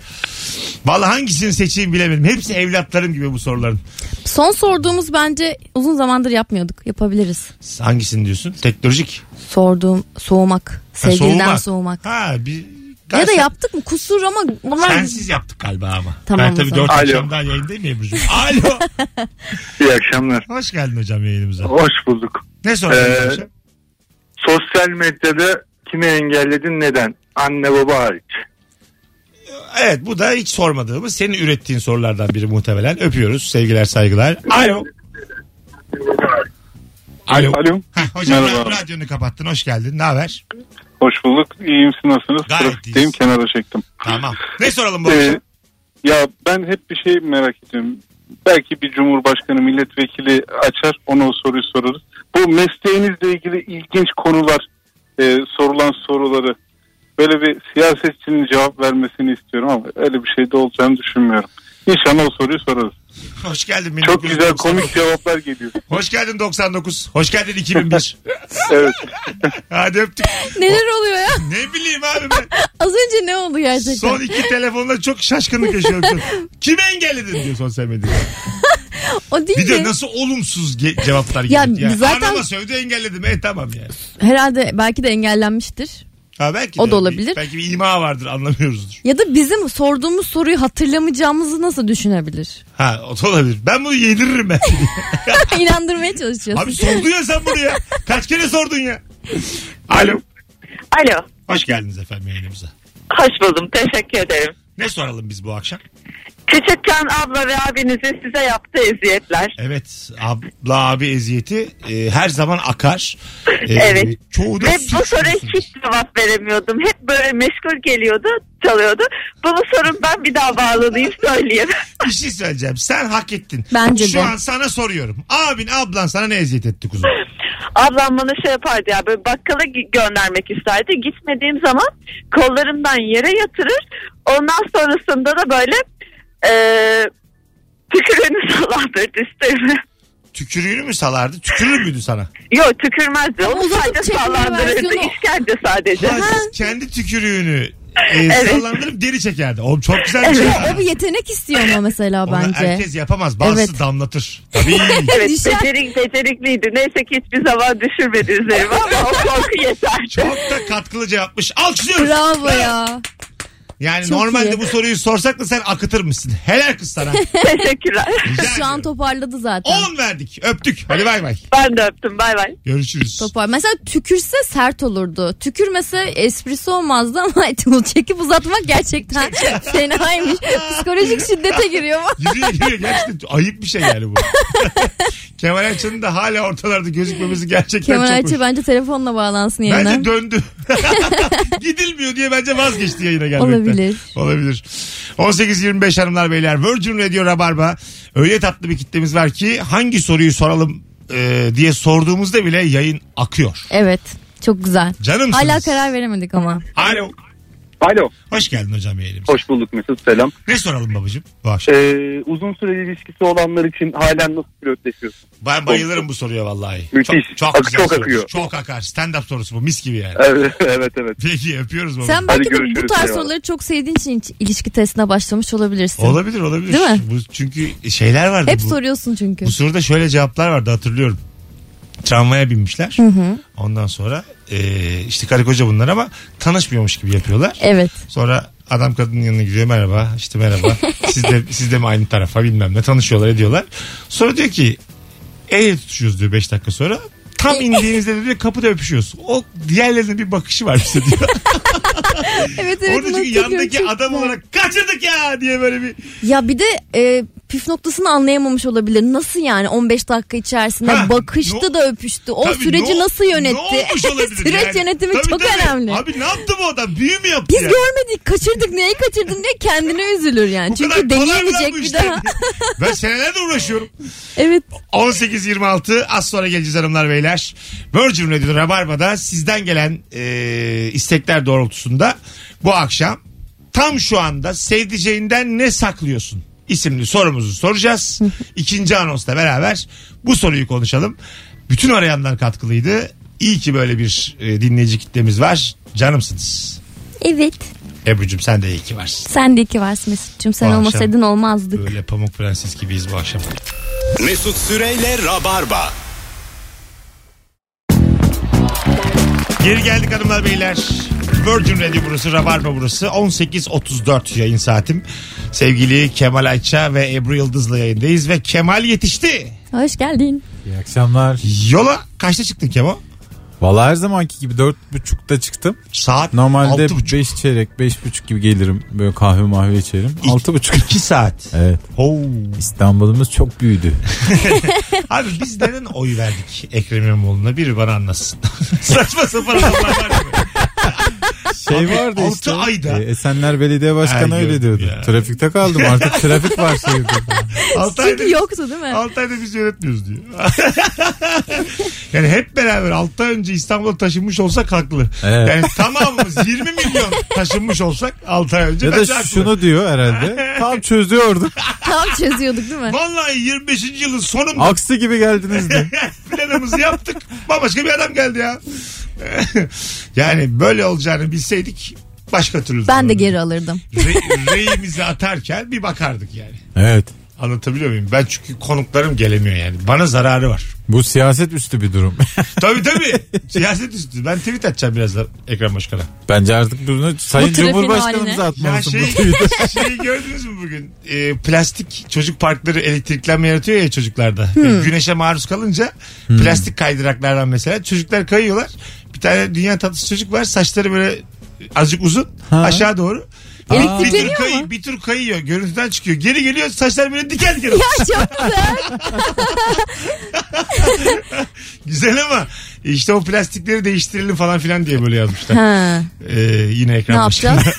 [SPEAKER 2] Vallahi hangisini seçeyim bilemedim. Hepsi evlatlarım gibi bu soruların.
[SPEAKER 3] Son sorduğumuz bence uzun zamandır yapmıyorduk. Yapabiliriz.
[SPEAKER 2] Hangisini diyorsun? Teknolojik.
[SPEAKER 3] Sorduğum soğumak.
[SPEAKER 2] Ha,
[SPEAKER 3] Sevgiliden soğumak.
[SPEAKER 2] Ha, bir,
[SPEAKER 3] Ya da yaptık mı? Kusur ama bunlar
[SPEAKER 2] Sensiz yaptık galiba ama.
[SPEAKER 3] Tamam
[SPEAKER 2] ben
[SPEAKER 3] o
[SPEAKER 2] tabii
[SPEAKER 3] zaman.
[SPEAKER 2] 4
[SPEAKER 9] Alo.
[SPEAKER 2] akşamdan yayındayım Ebru'cum. Alo.
[SPEAKER 9] İyi akşamlar.
[SPEAKER 2] Hoş geldin hocam yayınımıza.
[SPEAKER 9] Hoş bulduk.
[SPEAKER 2] Ne soracağız
[SPEAKER 9] Ee,
[SPEAKER 2] hocam?
[SPEAKER 9] Sosyal medyada kimi engelledin neden? Anne baba hariç.
[SPEAKER 2] Evet bu da hiç sormadığımız senin ürettiğin sorulardan biri muhtemelen. Öpüyoruz. Sevgiler saygılar. Alo. Alo.
[SPEAKER 11] Alo.
[SPEAKER 2] Heh, hocam
[SPEAKER 11] Merhaba.
[SPEAKER 2] radyonu kapattın. Hoş geldin. Ne haber?
[SPEAKER 11] Hoş bulduk. İyiyim siz nasılsınız?
[SPEAKER 2] Gayet
[SPEAKER 11] Trafikteyim
[SPEAKER 2] iyiyiz.
[SPEAKER 11] kenara çektim.
[SPEAKER 2] Tamam. Ne soralım bu
[SPEAKER 11] Ee,
[SPEAKER 2] akşam?
[SPEAKER 11] ya ben hep bir şey merak ediyorum. Belki bir cumhurbaşkanı milletvekili açar ona o soruyu sorarız. Bu mesleğinizle ilgili ilginç konular e, sorulan soruları böyle bir siyasetçinin cevap vermesini istiyorum ama öyle bir şey de olacağını düşünmüyorum. İnşallah o soruyu sorarız.
[SPEAKER 2] Hoş geldin. benim
[SPEAKER 11] Çok güzel
[SPEAKER 2] 1999.
[SPEAKER 11] komik cevaplar geliyor.
[SPEAKER 2] Hoş geldin 99. Hoş geldin 2001.
[SPEAKER 11] Evet.
[SPEAKER 2] Hadi öptük.
[SPEAKER 3] neler oluyor ya?
[SPEAKER 2] Ne bileyim abi ben.
[SPEAKER 3] Az önce ne oldu gerçekten?
[SPEAKER 2] Son iki telefonla çok şaşkınlık yaşıyorum. Kimi engelledin diyor sosyal medyada.
[SPEAKER 3] O değil
[SPEAKER 2] Bir de
[SPEAKER 3] mi?
[SPEAKER 2] nasıl olumsuz ge- cevaplar
[SPEAKER 3] Ya
[SPEAKER 2] geldi. Ya,
[SPEAKER 3] zaten-
[SPEAKER 2] Anama sövdü engelledim. E tamam yani.
[SPEAKER 3] Herhalde belki de engellenmiştir.
[SPEAKER 2] Ha, belki
[SPEAKER 3] O
[SPEAKER 2] de
[SPEAKER 3] da
[SPEAKER 2] bir-
[SPEAKER 3] olabilir.
[SPEAKER 2] belki bir ima vardır anlamıyoruzdur.
[SPEAKER 3] Ya da bizim sorduğumuz soruyu hatırlamayacağımızı nasıl düşünebilir?
[SPEAKER 2] Ha o da olabilir. Ben bunu yediririm ben.
[SPEAKER 3] İnandırmaya çalışıyorsun.
[SPEAKER 2] Abi sordun ya sen bunu ya. Kaç kere sordun ya. Alo.
[SPEAKER 12] Alo.
[SPEAKER 2] Hoş geldiniz efendim yayınımıza.
[SPEAKER 12] Hoş buldum. Teşekkür ederim.
[SPEAKER 2] Ne soralım biz bu akşam?
[SPEAKER 12] Küçükken abla ve abinizin size yaptığı eziyetler.
[SPEAKER 2] Evet abla abi eziyeti e, her zaman akar. E,
[SPEAKER 12] Evet.
[SPEAKER 2] Çoğu da
[SPEAKER 12] Ve bu
[SPEAKER 2] suç-
[SPEAKER 12] soruya hiç cevap veremiyordum. Hep böyle meşgul geliyordu, çalıyordu. Bunu sorun ben bir daha bağlanayım söyleyeyim.
[SPEAKER 2] bir şey söyleyeceğim. Sen hak ettin.
[SPEAKER 12] Bence
[SPEAKER 2] Şu
[SPEAKER 12] de.
[SPEAKER 2] an sana soruyorum. Abin ablan sana ne eziyet etti kuzum?
[SPEAKER 12] Ablam bana şey yapardı ya böyle bakkala gi- göndermek isterdi. Gitmediğim zaman kollarımdan yere yatırır. Ondan sonrasında da böyle eee tükürüğünü salandırdı üstüme.
[SPEAKER 2] Tükürüğünü mü salardı? Tükürür müydü sana?
[SPEAKER 12] Yok tükürmezdi. Onu
[SPEAKER 3] Uzatıp
[SPEAKER 12] sadece
[SPEAKER 3] çekme
[SPEAKER 12] sallandırırdı.
[SPEAKER 3] versiyonu.
[SPEAKER 12] İşkence sadece.
[SPEAKER 2] Ha, kendi tükürüğünü e,
[SPEAKER 12] Evet.
[SPEAKER 2] sallandırıp geri çekerdi. Oğlum çok güzel bir şey.
[SPEAKER 3] Evet,
[SPEAKER 2] ya.
[SPEAKER 3] o bir yetenek istiyor ama mesela
[SPEAKER 2] Onu
[SPEAKER 3] bence.
[SPEAKER 2] herkes yapamaz. Bazısı
[SPEAKER 3] Evet.
[SPEAKER 2] damlatır. Tabii.
[SPEAKER 12] Evet
[SPEAKER 3] Düşer.
[SPEAKER 12] becerik, becerikliydi. Neyse ki hiçbir zaman düşürmedi üzerime ama o korku yeterdi.
[SPEAKER 2] Çok da katkılı cevapmış. Alkışlıyoruz.
[SPEAKER 3] Bravo ya.
[SPEAKER 2] Yani
[SPEAKER 3] Çok
[SPEAKER 2] normalde
[SPEAKER 3] iyi.
[SPEAKER 2] bu soruyu sorsak da sen akıtırmışsın. Helal kız sana.
[SPEAKER 12] Teşekkürler.
[SPEAKER 2] Rica
[SPEAKER 3] Şu an
[SPEAKER 2] ediyorum.
[SPEAKER 3] toparladı zaten.
[SPEAKER 2] 10 verdik. Öptük. Hadi bay bay.
[SPEAKER 12] Ben de öptüm bay bay.
[SPEAKER 2] Görüşürüz.
[SPEAKER 3] Topar. Mesela tükürse sert olurdu. Tükürmese esprisi olmazdı ama çekip uzatmak gerçekten fenaymış. Psikolojik şiddete giriyor ama.
[SPEAKER 2] Yürüyor yürüyor. Gerçekten ayıp bir şey yani bu. Kemal Ayça'nın da hala ortalarda gözükmemesi gerçekten
[SPEAKER 3] Kemal
[SPEAKER 2] çok
[SPEAKER 3] Ayça
[SPEAKER 2] hoş.
[SPEAKER 3] bence telefonla bağlansın yayına.
[SPEAKER 2] Bence döndü. Gidilmiyor diye bence vazgeçti yayına gelmekten.
[SPEAKER 3] Olabilir.
[SPEAKER 2] Olabilir. 18-25 hanımlar beyler Virgin Radio Rabarba öyle tatlı bir kitlemiz var ki hangi soruyu soralım e, diye sorduğumuzda bile yayın akıyor.
[SPEAKER 3] Evet. Çok güzel.
[SPEAKER 2] Canımsınız.
[SPEAKER 3] Hala karar veremedik ama.
[SPEAKER 2] Alo.
[SPEAKER 13] Alo.
[SPEAKER 2] Hoş geldin hocam yayınımıza.
[SPEAKER 13] Hoş bulduk Mesut selam.
[SPEAKER 2] Ne soralım babacığım bu akşam?
[SPEAKER 13] Ee, uzun süreli ilişkisi olanlar için halen nasıl flörtleşiyorsun?
[SPEAKER 2] Ben bayılırım bu soruya vallahi.
[SPEAKER 13] Müthiş.
[SPEAKER 2] Çok, çok
[SPEAKER 13] Ak-
[SPEAKER 2] güzel
[SPEAKER 13] çok
[SPEAKER 2] soru.
[SPEAKER 13] akıyor.
[SPEAKER 2] Çok akar. Stand up sorusu bu mis gibi yani.
[SPEAKER 13] Evet evet. evet.
[SPEAKER 2] Peki öpüyoruz babacığım.
[SPEAKER 3] Sen belki de bu
[SPEAKER 13] görüşürüz,
[SPEAKER 3] tarz
[SPEAKER 13] eyvallah.
[SPEAKER 3] soruları çok sevdiğin için ilişki testine başlamış olabilirsin.
[SPEAKER 2] Olabilir olabilir.
[SPEAKER 3] Değil mi?
[SPEAKER 2] Bu, çünkü şeyler vardı.
[SPEAKER 3] Hep
[SPEAKER 2] bu.
[SPEAKER 3] soruyorsun çünkü.
[SPEAKER 2] Bu soruda şöyle cevaplar vardı hatırlıyorum. Tramvaya binmişler.
[SPEAKER 3] Hı hı.
[SPEAKER 2] Ondan sonra eee, işte karı koca bunlar ama tanışmıyormuş gibi yapıyorlar.
[SPEAKER 3] Evet.
[SPEAKER 2] Sonra adam kadının yanına gidiyor merhaba işte merhaba siz de, siz de mi aynı tarafa bilmem ne tanışıyorlar ediyorlar. Sonra diyor ki el tutuşuyoruz diyor 5 dakika sonra.
[SPEAKER 3] E-
[SPEAKER 2] Tam indiğinizde de diyor kapıda öpüşüyoruz. O diğerlerinin bir bakışı var bize diyor.
[SPEAKER 3] Evet evet.
[SPEAKER 2] Onun için
[SPEAKER 3] nasıl geliyor?
[SPEAKER 2] yandaki
[SPEAKER 3] Çok
[SPEAKER 2] adam
[SPEAKER 3] güzel.
[SPEAKER 2] olarak kaçırdık ya diye böyle bir
[SPEAKER 3] Ya bir de e, püf noktasını anlayamamış olabilir. Nasıl yani 15 dakika içerisinde
[SPEAKER 2] Ha,
[SPEAKER 3] bakıştı da öpüştü. O
[SPEAKER 2] Tabii
[SPEAKER 3] süreci
[SPEAKER 2] ne-
[SPEAKER 3] nasıl yönetti?
[SPEAKER 2] Ne olmuş olabilir
[SPEAKER 3] Süreç
[SPEAKER 2] yani?
[SPEAKER 3] yönetimi
[SPEAKER 2] Tabii,
[SPEAKER 3] çok
[SPEAKER 2] tabii.
[SPEAKER 3] önemli.
[SPEAKER 2] Abi ne yaptı bu adam? Büyü mü yaptı
[SPEAKER 3] Biz
[SPEAKER 2] ya?
[SPEAKER 3] görmedik, kaçırdık. Neyi kaçırdın diye kendine üzülür yani. Çünkü
[SPEAKER 2] kadar kolay mı lan
[SPEAKER 3] deneyemeyecek
[SPEAKER 2] bu
[SPEAKER 3] bir
[SPEAKER 2] işler?
[SPEAKER 3] daha.
[SPEAKER 2] Ben senelerdir uğraşıyorum.
[SPEAKER 3] evet.
[SPEAKER 2] 18.26 az sonra geleceğiz hanımlar beyler. Virgin Radio Rabarba'da sizden gelen e, istekler doğrultusunda bu akşam tam şu anda sevdiceğinden ne saklıyorsun? isimli sorumuzu soracağız. İkinci anonsla beraber bu soruyu konuşalım. Bütün arayanlar katkılıydı. İyi ki böyle bir e, dinleyici kitlemiz var. Canımsınız.
[SPEAKER 3] Evet.
[SPEAKER 2] Ebru'cum sen de iyi ki varsın.
[SPEAKER 3] Sen de iki varsın Mesut'cum. Sen
[SPEAKER 2] Bu akşam
[SPEAKER 3] olmasaydın olmazdık.
[SPEAKER 2] Böyle pamuk prenses gibiyiz bu akşam.
[SPEAKER 1] Mesut Süreyle Rabarba.
[SPEAKER 2] Geri geldik hanımlar beyler. Virgin Radio burası, Rabarba burası. 18.34 yayın saatim. Sevgili Kemal Ayça ve Ebru Yıldız'la yayındayız ve Kemal yetişti.
[SPEAKER 3] Hoş geldin.
[SPEAKER 14] İyi akşamlar.
[SPEAKER 2] Yola kaçta çıktın Kemo?
[SPEAKER 14] Valla her zamanki gibi dört buçukta çıktım.
[SPEAKER 2] Saat
[SPEAKER 14] Normalde
[SPEAKER 2] altı buçuk.
[SPEAKER 14] beş çeyrek, beş buçuk gibi gelirim. Böyle kahve mahve içerim. altı buçuk.
[SPEAKER 2] İki saat.
[SPEAKER 14] Evet. İstanbul'umuz çok büyüdü.
[SPEAKER 2] Abi biz neden oy verdik Ekrem İmamoğlu'na? Biri bana anlatsın. Saçma sapan adamlar var mı?
[SPEAKER 14] Şey
[SPEAKER 2] Abi,
[SPEAKER 14] vardı
[SPEAKER 2] altı
[SPEAKER 14] işte.
[SPEAKER 2] ayda.
[SPEAKER 14] e, Esenler Belediye Başkanı
[SPEAKER 2] Ay,
[SPEAKER 14] öyle
[SPEAKER 2] yok
[SPEAKER 14] diyordu.
[SPEAKER 2] ya.
[SPEAKER 14] Trafikte kaldım artık trafik
[SPEAKER 3] E,
[SPEAKER 14] var şehirde.
[SPEAKER 2] Altı ayda,
[SPEAKER 3] Çünkü yoktu değil mi?
[SPEAKER 2] altı ayda biz yönetmiyoruz diyor. yani hep beraber 6 ay önce İstanbul'a taşınmış olsak haklı.
[SPEAKER 14] Evet.
[SPEAKER 2] Yani tamamımız 20 milyon taşınmış olsak 6 ay önce.
[SPEAKER 14] Ya
[SPEAKER 2] bence
[SPEAKER 14] da
[SPEAKER 2] haklı.
[SPEAKER 14] şunu diyor herhalde. Tam çözüyorduk.
[SPEAKER 3] Tam çözüyorduk değil mi?
[SPEAKER 2] Vallahi 25. yılın sonunda
[SPEAKER 14] Aksi gibi geldiniz de.
[SPEAKER 2] planımızı yaptık. Bambaşka bir adam geldi ya. yani böyle olacağını bilseydik başka türlü.
[SPEAKER 3] Ben de geri alırdım.
[SPEAKER 2] Re- reyimizi atarken bir bakardık yani.
[SPEAKER 14] Evet.
[SPEAKER 2] Anlatabiliyor muyum? Ben çünkü konuklarım gelemiyor yani. Bana zararı var.
[SPEAKER 14] Bu siyaset üstü bir durum.
[SPEAKER 2] Tabii tabii. Siyaset üstü. Ben tweet atacağım birazdan Ekrem Başkan'a.
[SPEAKER 14] Bence artık bunu Sayın
[SPEAKER 2] trafiğin
[SPEAKER 14] Cumhurbaşkanımıza
[SPEAKER 2] Ya
[SPEAKER 14] atmalısın.
[SPEAKER 2] şey,
[SPEAKER 14] bu tweet'i.
[SPEAKER 2] şeyi gördünüz mü bugün? Ee, plastik çocuk parkları elektriklenme yaratıyor ya çocuklarda.
[SPEAKER 14] Hmm.
[SPEAKER 2] Yani güneşe maruz kalınca plastik kaydıraklardan mesela çocuklar kayıyorlar. Bir tane dünya tatlısı çocuk var. Saçları böyle azıcık uzun aşağı doğru. Bir- bir, tür
[SPEAKER 3] Elektrikleniyor
[SPEAKER 2] kayı, bir tür kayıyor. Görüntüden çıkıyor. Geri geliyor. Saçlar böyle diken diken.
[SPEAKER 3] ya çok güzel.
[SPEAKER 2] Güzel ama işte o plastikleri değiştirelim falan filan diye böyle yazmışlar.
[SPEAKER 3] Ha.
[SPEAKER 2] Ee, yine ekran
[SPEAKER 3] Ne
[SPEAKER 2] başında.
[SPEAKER 3] yapacağız?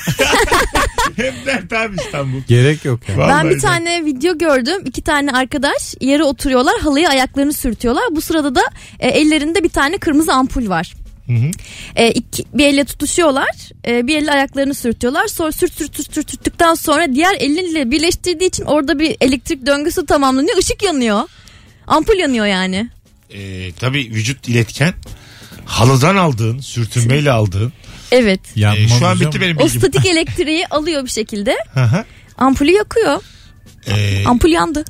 [SPEAKER 2] Hep dert abi İstanbul.
[SPEAKER 14] Gerek yok ya.
[SPEAKER 3] ben
[SPEAKER 2] Vallahi
[SPEAKER 3] bir tane video gördüm. İki tane arkadaş yere oturuyorlar. Halıya ayaklarını sürtüyorlar. Bu sırada da e, ellerinde bir tane kırmızı ampul var. E, iki- bir elle tutuşuyorlar. E, bir elle ayaklarını sürtüyorlar. Sonra sürt sürt sürt sürt sürttükten sonra diğer elinle birleştirdiği için orada bir elektrik döngüsü tamamlanıyor. Işık yanıyor. Ampul yanıyor yani.
[SPEAKER 2] Ee, tabii vücut iletken halıdan aldığın, sürtünmeyle aldığın.
[SPEAKER 3] Evet.
[SPEAKER 2] Ee, şu an bitti benim
[SPEAKER 3] O
[SPEAKER 2] bilgim.
[SPEAKER 3] statik elektriği alıyor bir şekilde.
[SPEAKER 2] Hı hı.
[SPEAKER 3] Ampulü yakıyor.
[SPEAKER 14] E.
[SPEAKER 2] Ee,
[SPEAKER 3] Ampul yandı.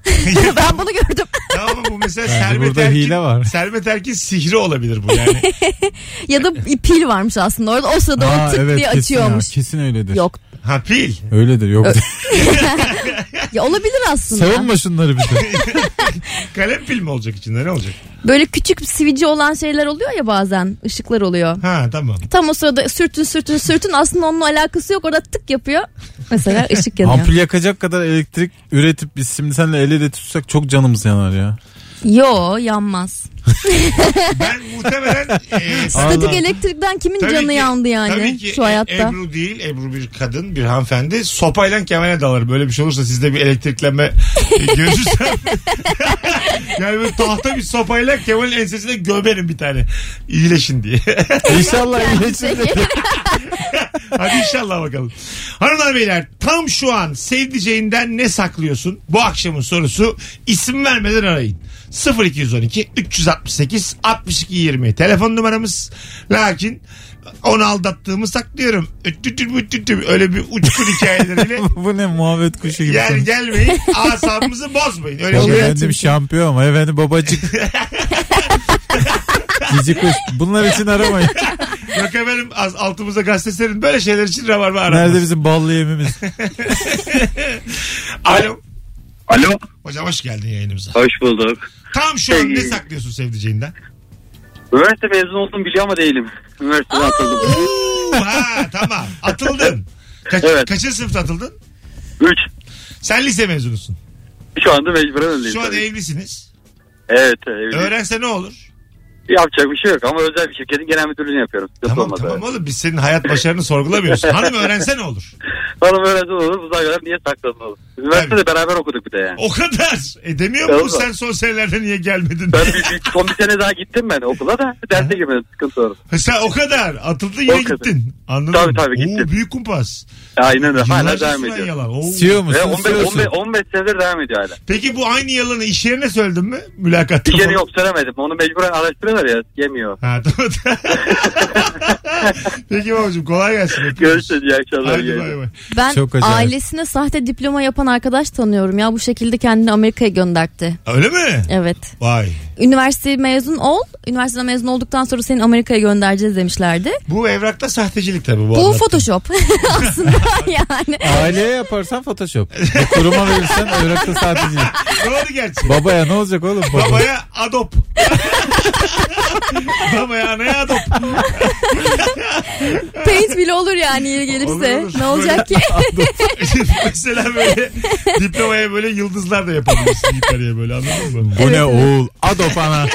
[SPEAKER 3] ben bunu gördüm.
[SPEAKER 2] tamam ama bu mesela
[SPEAKER 14] Bence
[SPEAKER 2] Sermet
[SPEAKER 14] burada
[SPEAKER 2] Erkin,
[SPEAKER 14] hile var.
[SPEAKER 2] Sermet Erkin sihri olabilir bu yani.
[SPEAKER 3] ya da pil varmış aslında orada. O sırada
[SPEAKER 14] Aa,
[SPEAKER 3] o tık
[SPEAKER 14] evet,
[SPEAKER 3] diye
[SPEAKER 14] kesin ya,
[SPEAKER 3] açıyormuş.
[SPEAKER 14] kesin öyledir.
[SPEAKER 3] Yok.
[SPEAKER 2] Ha pil.
[SPEAKER 14] Öyledir yok.
[SPEAKER 3] Ya olabilir aslında.
[SPEAKER 14] Savunma şunları bir de.
[SPEAKER 2] Kalem pil mi olacak içinde ne olacak?
[SPEAKER 3] Böyle küçük sivici olan şeyler oluyor ya bazen. ışıklar oluyor.
[SPEAKER 2] Ha tamam.
[SPEAKER 3] Tam o sırada sürtün sürtün sürtün aslında onunla alakası yok. Orada tık yapıyor. Mesela ışık yanıyor.
[SPEAKER 14] Ampul yakacak kadar elektrik üretip biz şimdi seninle elle de tutsak çok canımız yanar ya.
[SPEAKER 3] Yo yanmaz.
[SPEAKER 2] Muhtemelen e,
[SPEAKER 3] Statik elektrikten kimin
[SPEAKER 2] Tabii
[SPEAKER 3] canı
[SPEAKER 2] ki-
[SPEAKER 3] yandı
[SPEAKER 2] tabii
[SPEAKER 3] yani
[SPEAKER 2] ki
[SPEAKER 3] şu
[SPEAKER 2] E-
[SPEAKER 3] hayatta?
[SPEAKER 2] Ebru değil. Ebru bir kadın, bir hanımefendi. Sopayla kemale dalar. Böyle bir şey olursa sizde bir elektriklenme e, görürsem. yani böyle tahta bir sopayla Kemal'in ensesine gömerim bir tane. İyileşin diye.
[SPEAKER 14] İnşallah
[SPEAKER 3] Şey-
[SPEAKER 14] iyileşir.
[SPEAKER 2] Hadi inşallah bakalım. Hanımlar beyler tam şu an sevdiceğinden ne saklıyorsun? Bu akşamın sorusu isim vermeden arayın. 0212 368 62 20 telefon numaramız. Lakin onu aldattığımı saklıyorum. Üttütüm üttütüm. Öyle bir uçkun hikayeleriyle
[SPEAKER 14] Bu ne muhabbet kuşu gibi.
[SPEAKER 2] yer
[SPEAKER 14] Yani
[SPEAKER 2] gelmeyin. Asabımızı bozmayın. Öyle şey
[SPEAKER 14] Efendim
[SPEAKER 2] şeyler.
[SPEAKER 14] şampiyon ama efendim babacık. Cici kuş. Bunlar için aramayın.
[SPEAKER 2] Yok efendim az- altımıza gazete serin. Böyle şeyler için rabarba aramaz.
[SPEAKER 14] Nerede bizim ballı yemimiz?
[SPEAKER 2] Alo.
[SPEAKER 15] Alo.
[SPEAKER 2] Hocam hoş geldin yayınımıza.
[SPEAKER 15] Hoş bulduk.
[SPEAKER 2] Tam şu an ne saklıyorsun sevdiceğinden?
[SPEAKER 15] Üniversite mezunu oldum biliyor ama değilim. Üniversiteden atıldım.
[SPEAKER 2] ha tamam. Atıldın. Kaç, Kaçıncı sınıfta atıldın?
[SPEAKER 15] Üç.
[SPEAKER 2] Sen lise mezunusun.
[SPEAKER 15] Şu anda mecburen öyleyim.
[SPEAKER 2] Şu an
[SPEAKER 15] tabii.
[SPEAKER 2] evlisiniz.
[SPEAKER 15] Evet evliyim.
[SPEAKER 2] Öğrense ne olur?
[SPEAKER 15] Yapacak bir şey yok ama özel bir şirketin genel müdürlüğünü yapıyorum. Tamam olmadı.
[SPEAKER 2] Tamam oğlum biz senin hayat başarını sorgulamıyoruz. Hanım öğrense ne olur?
[SPEAKER 15] Hanım öğrense olur bu kadar niye sakladın oğlum? Üniversitede beraber okuduk bir de yani.
[SPEAKER 2] O kadar. E demiyor
[SPEAKER 15] Tamam.
[SPEAKER 2] mu sen son senelerde niye gelmedin?
[SPEAKER 15] Ben bir, bir- son bir sene daha gittim ben okula da derse girmedim sıkıntı olur.
[SPEAKER 2] Ha, sen o kadar. Atıldın yine
[SPEAKER 15] O kadar.
[SPEAKER 2] gittin. Anladım.
[SPEAKER 15] Tabii tabii gittim.
[SPEAKER 2] Oo, büyük kumpas.
[SPEAKER 15] Aynen öyle hala
[SPEAKER 2] Yıllarca
[SPEAKER 15] devam
[SPEAKER 2] süren
[SPEAKER 15] ediyor.
[SPEAKER 2] yalan. Oo.
[SPEAKER 15] Ve 15, 15, 15 senedir devam ediyor hala.
[SPEAKER 2] Peki bu aynı yalanı iş yerine söyledin mi? Mülakatta
[SPEAKER 15] Bir kere
[SPEAKER 2] falan.
[SPEAKER 15] yok söylemedim. Onu mecburen araştırıyorlar ya. Yemiyor.
[SPEAKER 2] Ha, tamam. Peki babacığım kolay gelsin. Öpüyoruz.
[SPEAKER 15] Görüşürüz iyi akşamlar.
[SPEAKER 2] Haydi
[SPEAKER 15] iyi
[SPEAKER 2] bay bay.
[SPEAKER 3] Ben ailesine sahte diploma yapan arkadaş tanıyorum ya bu şekilde kendini Amerika'ya gönderdi.
[SPEAKER 2] Öyle mi?
[SPEAKER 3] Evet.
[SPEAKER 2] Vay.
[SPEAKER 3] Üniversite mezun ol. Üniversiteden mezun olduktan sonra seni Amerika'ya göndereceğiz demişlerdi.
[SPEAKER 2] Bu evrakta sahtecilik tabii bu.
[SPEAKER 3] Bu
[SPEAKER 2] anlattığın.
[SPEAKER 3] Photoshop aslında yani.
[SPEAKER 14] Aileye yaparsan Photoshop. Bu Kuruma verirsen evrakta sadece.
[SPEAKER 2] Doğru gerçi.
[SPEAKER 14] Babaya ne olacak oğlum? Baba.
[SPEAKER 2] Babaya adop. Babaya anaya adop.
[SPEAKER 3] Paint bile olur yani yeri gelirse. Ne olacak ki?
[SPEAKER 2] Mesela böyle diplomaya böyle yıldızlar da yapabilirsin yukarıya böyle anladın mı?
[SPEAKER 14] Bu ne oğul? Adop ana.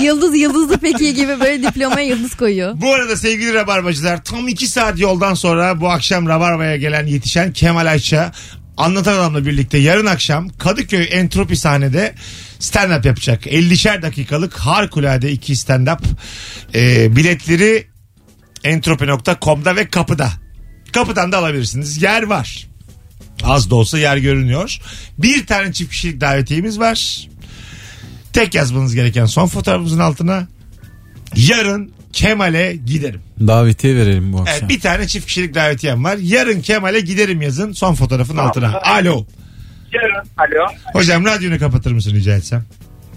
[SPEAKER 3] yıldız yıldızlı peki gibi böyle diplomaya yıldız koyuyor.
[SPEAKER 2] Bu arada sevgili rabarbacılar tam iki saat yoldan sonra bu akşam rabarbaya gelen yetişen Kemal Ayça anlatan adamla birlikte yarın akşam Kadıköy Entropi sahnede stand up yapacak. 50'şer dakikalık harikulade iki stand up biletleri entropi.com'da ve kapıda. Kapıdan da alabilirsiniz. Yer var. Az da olsa yer görünüyor. Bir tane çift kişilik davetiyemiz var. Tek yazmanız gereken son fotoğrafımızın altına yarın Kemal'e giderim.
[SPEAKER 14] Davetiye verelim bu akşam.
[SPEAKER 2] Evet, bir tane çift kişilik davetiyem var. Yarın Kemal'e giderim yazın son fotoğrafın altına. Alo.
[SPEAKER 5] Alo.
[SPEAKER 2] Hocam radyonu kapatır mısın rica etsem?